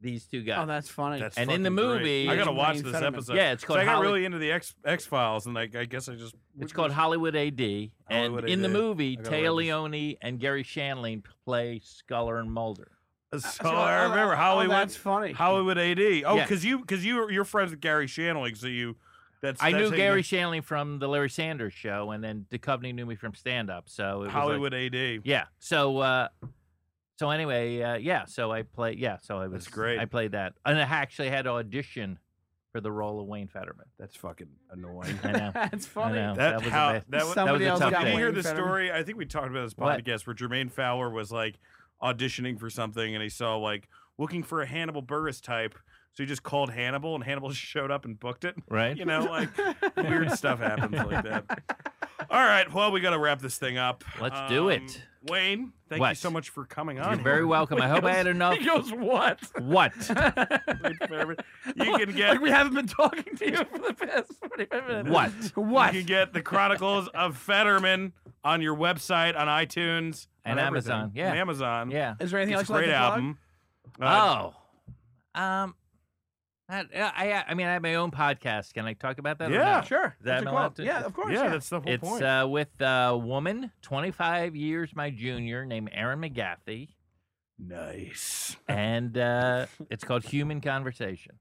C: these two guys.
B: Oh, that's funny.
A: That's
C: And in the
A: fucking great.
C: movie-
A: I gotta
B: Wayne
A: watch this
B: Fetterman.
A: episode.
C: yeah, it's
A: So
C: called
A: I got
C: Holly-
A: really into the X X Files, and like I guess I just
C: it's called Hollywood AD. And
A: Hollywood
C: in the
A: AD. I
C: movie,
A: gotta
C: Taya
A: read
C: Leone and Gary Shanley play Sculler and Mulder.
A: So
B: So,
A: I
B: oh,
A: remember
B: oh,
A: Hollywood.
B: That's funny.
A: Hollywood AD. Oh,
C: Yeah.
A: because you because you you're friends with Gary Shanley, so you that's
C: I
A: that's
C: knew
A: how you
C: Gary Shanley from the Larry Sanders show, and then Duchovny knew me from stand up. So it
A: knew
C: was like-
A: Hollywood AD.
C: Yeah. So uh so anyway, uh, yeah, so I played yeah, so I was
A: That's great.
C: I played that. And I actually had to audition for the role of Wayne Fetterman.
A: That's fucking annoying.
C: I know.
B: that's funny.
C: know.
A: That's
C: That was a
A: how
C: bad-
A: that was.
C: was
B: Somebody
C: a
B: else
C: tough
B: got
A: Did
C: day.
A: you hear
B: Wayne
A: the
B: Fetterman.
A: story? I think we talked about this
C: What?
A: podcast where Jermaine Fowler was like auditioning for something, and he saw like looking for a Hannibal Burris type, so he just called Hannibal, and Hannibal just showed up and booked it.
C: Right?
A: You know, like weird stuff happens like that. All right, well, we got to wrap this thing up.
C: Let's
A: um,
C: do it.
A: Wayne. Thank you
C: What?
A: so much for coming on.
C: You're
A: here.
C: very welcome. I hope I had enough.
B: He goes, what?
C: What?
A: Wayne Fairman. You can get
B: like we haven't been talking to you for the past 45 minutes.
C: What?
B: What?
A: You can get the Chronicles of Fetterman on your website, on iTunes,
C: And
A: on
C: Amazon,
A: everything.
C: yeah.
A: And Amazon.
C: Yeah.
B: Is there anything
A: it's a
B: else
A: great
B: you like to
A: album. Um, Uh,
C: Oh. Um I, I I mean I have my own podcast. Can I talk about that? or
A: Yeah.
C: not?
B: plug? Sure.
C: that
B: What's it
C: allowed
B: called?
C: to-
B: Yeah, of course.
A: yeah, that's the whole
C: It's
A: point.
C: uh, with a woman, 25 years my junior, named Erin McGathy,
A: nice.
C: and uh, it's called Human Conversation.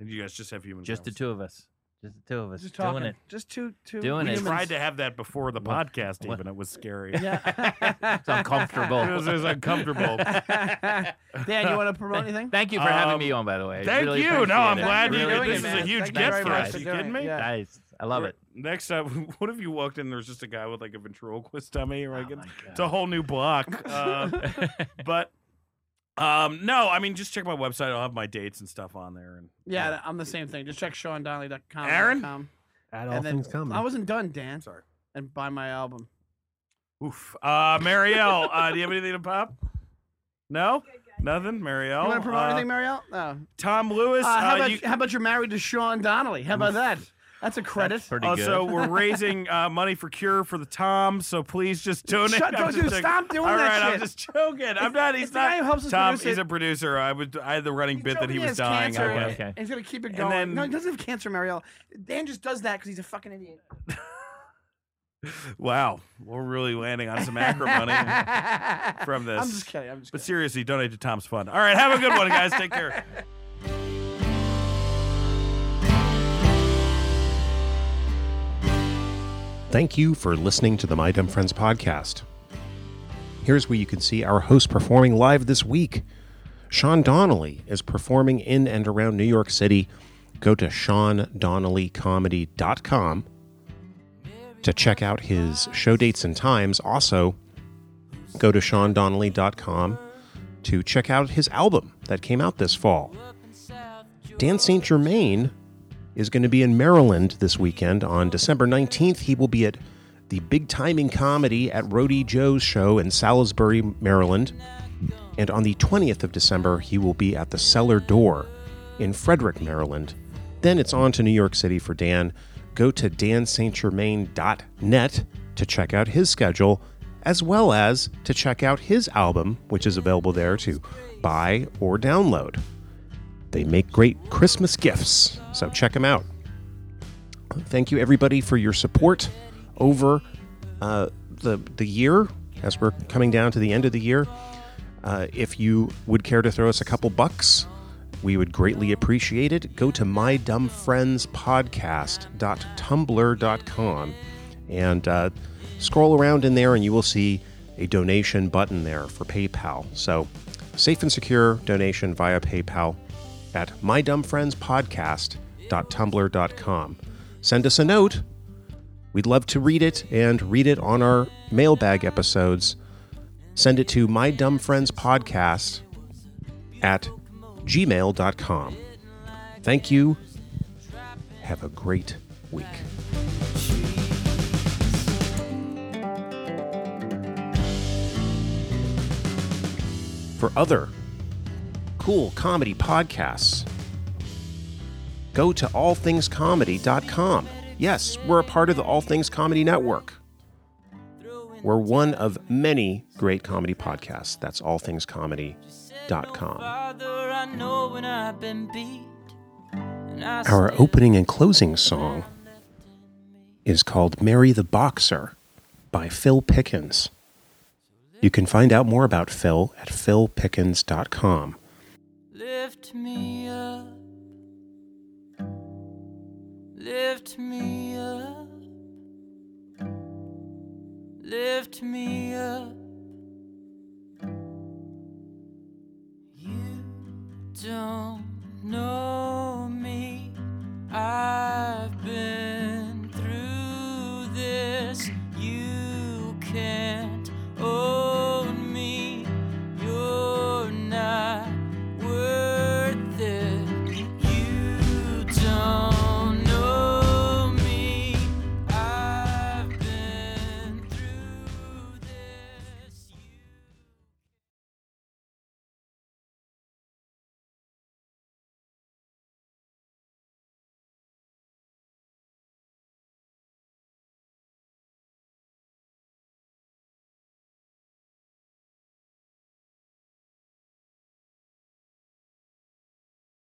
A: And you guys just have human.
C: Just the two of us. Just the two of us
B: Just
C: doing
B: talking.
C: it.
B: Just two, two.
C: Doing
A: We
C: it.
B: humans.
A: tried to have that before the
C: What-
A: podcast,
C: what-
A: even. It was scary.
B: Yeah.
C: It's uncomfortable.
A: It was, it was uncomfortable.
B: Dan, you want to promote anything?
C: Thank you for having
A: Um,
C: me on, by the way. I
A: Thank
C: really
A: you. No, I'm
C: appreciate
A: glad you
B: Thank you for
C: it.
A: did.
B: doing
A: This
B: it,
A: is a
B: man.
A: huge
B: Thank you
A: gift
B: very
A: for
B: much
A: us.
B: for
A: you
B: doing
A: kidding
B: it.
A: me?
B: Yeah.
C: Nice. I love it.
A: Next up, what if you walked in? and There's just a guy with like a ventriloquist dummy, or
C: Oh,
A: like
C: my
A: it's a whole new block. Um,
C: God.
A: but um no i mean just check my website i'll have my dates and stuff on there and
B: Yeah, I'm the same thing. Just check SeanDonnelly.com.
A: Aaron?
D: At all
B: And then
D: things come.
B: I wasn't done, Dan.
A: sorry
B: And buy my album.
A: oof uh marielle uh do you have anything to pop no nothing marielle
B: you want to promote
A: Uh,
B: anything, Marielle? No.
A: tom lewis
B: Uh, how,
A: uh,
B: about,
A: you-
B: how about you're married to Sean Donnelly? How about that? That's a credit.
C: That's pretty
A: also
C: good.
A: Uh, we're raising uh money for cure for the tom so please just donate
B: Shut-
A: I'm
B: don't-
A: just
B: dude,
A: joking.
B: stop doing
A: All
B: that
A: right, i'm
B: shit.
A: just joking i'm not he's
B: It's the guy
A: not
B: who helps us
A: tom
B: produce
A: he's
B: it.
A: a producer i would i had the running bit that
B: joking,
A: he was
B: has
A: dying
B: Cancer,
A: I
C: Okay,
A: guess.
C: okay.
B: And he's gonna keep it
A: And
B: going.
A: then-
B: no, he doesn't have cancer, Marielle. Dan just does that because he's a fucking idiot.
A: wow we're really landing on some acrimony from this
B: I'm just kidding. I'm just
A: But
B: kidding.
A: seriously, donate to Tom's Fund. All right, have a good one, guys. Take care.
E: Thank you for listening to the My Dumb Friends podcast. Here's where you can see our hosts performing live this week. Sean Donnelly is performing in and around New York City. Go to SeanDonnellyComedy.com to check out his show dates and times. Also, go to SeanDonnelly.com to check out his album that came out this fall. Dan St. Germain is going to be in Maryland this weekend. On December 19th, he will be at the Big Timing Comedy at Roadie Joe's show in Salisbury, Maryland. And on the 20th of December, he will be at the Cellar Door in Frederick, Maryland. Then it's on to New York City for Dan. Go to danstgermain.net to check out his schedule, as well as to check out his album, which is available there to buy or download. They make great Christmas gifts, so check them out. Thank you, everybody, for your support. over uh, the the year as we're coming down to the end of the year. Uh, if you would care to throw us a couple bucks, we would greatly appreciate it. Go to mydumbfriendspodcast.tumblr.com and uh, scroll around in there, and you will see a donation button there for PayPal. So, safe and secure donation via PayPal at mydumbfriendspodcast.tumblr.com. Send us a note. We'd love to read it and read it on our mailbag episodes. Send it to mydumbfriendspodcast at gmail.com. Thank you. Have a great week. For other cool comedy podcasts, go to allthingscomedy.com. Yes, we're a part of the All Things Comedy Network. We're one of many great comedy podcasts. That's allthingscomedy.com.
F: Father, I know when I've been beat. And I
E: Our opening and closing song is called Mary the Boxer by Phil Pickens. You can find out more about Phil at philpickens.com.
F: Lift me up. Lift me up. Lift me up. You don't know.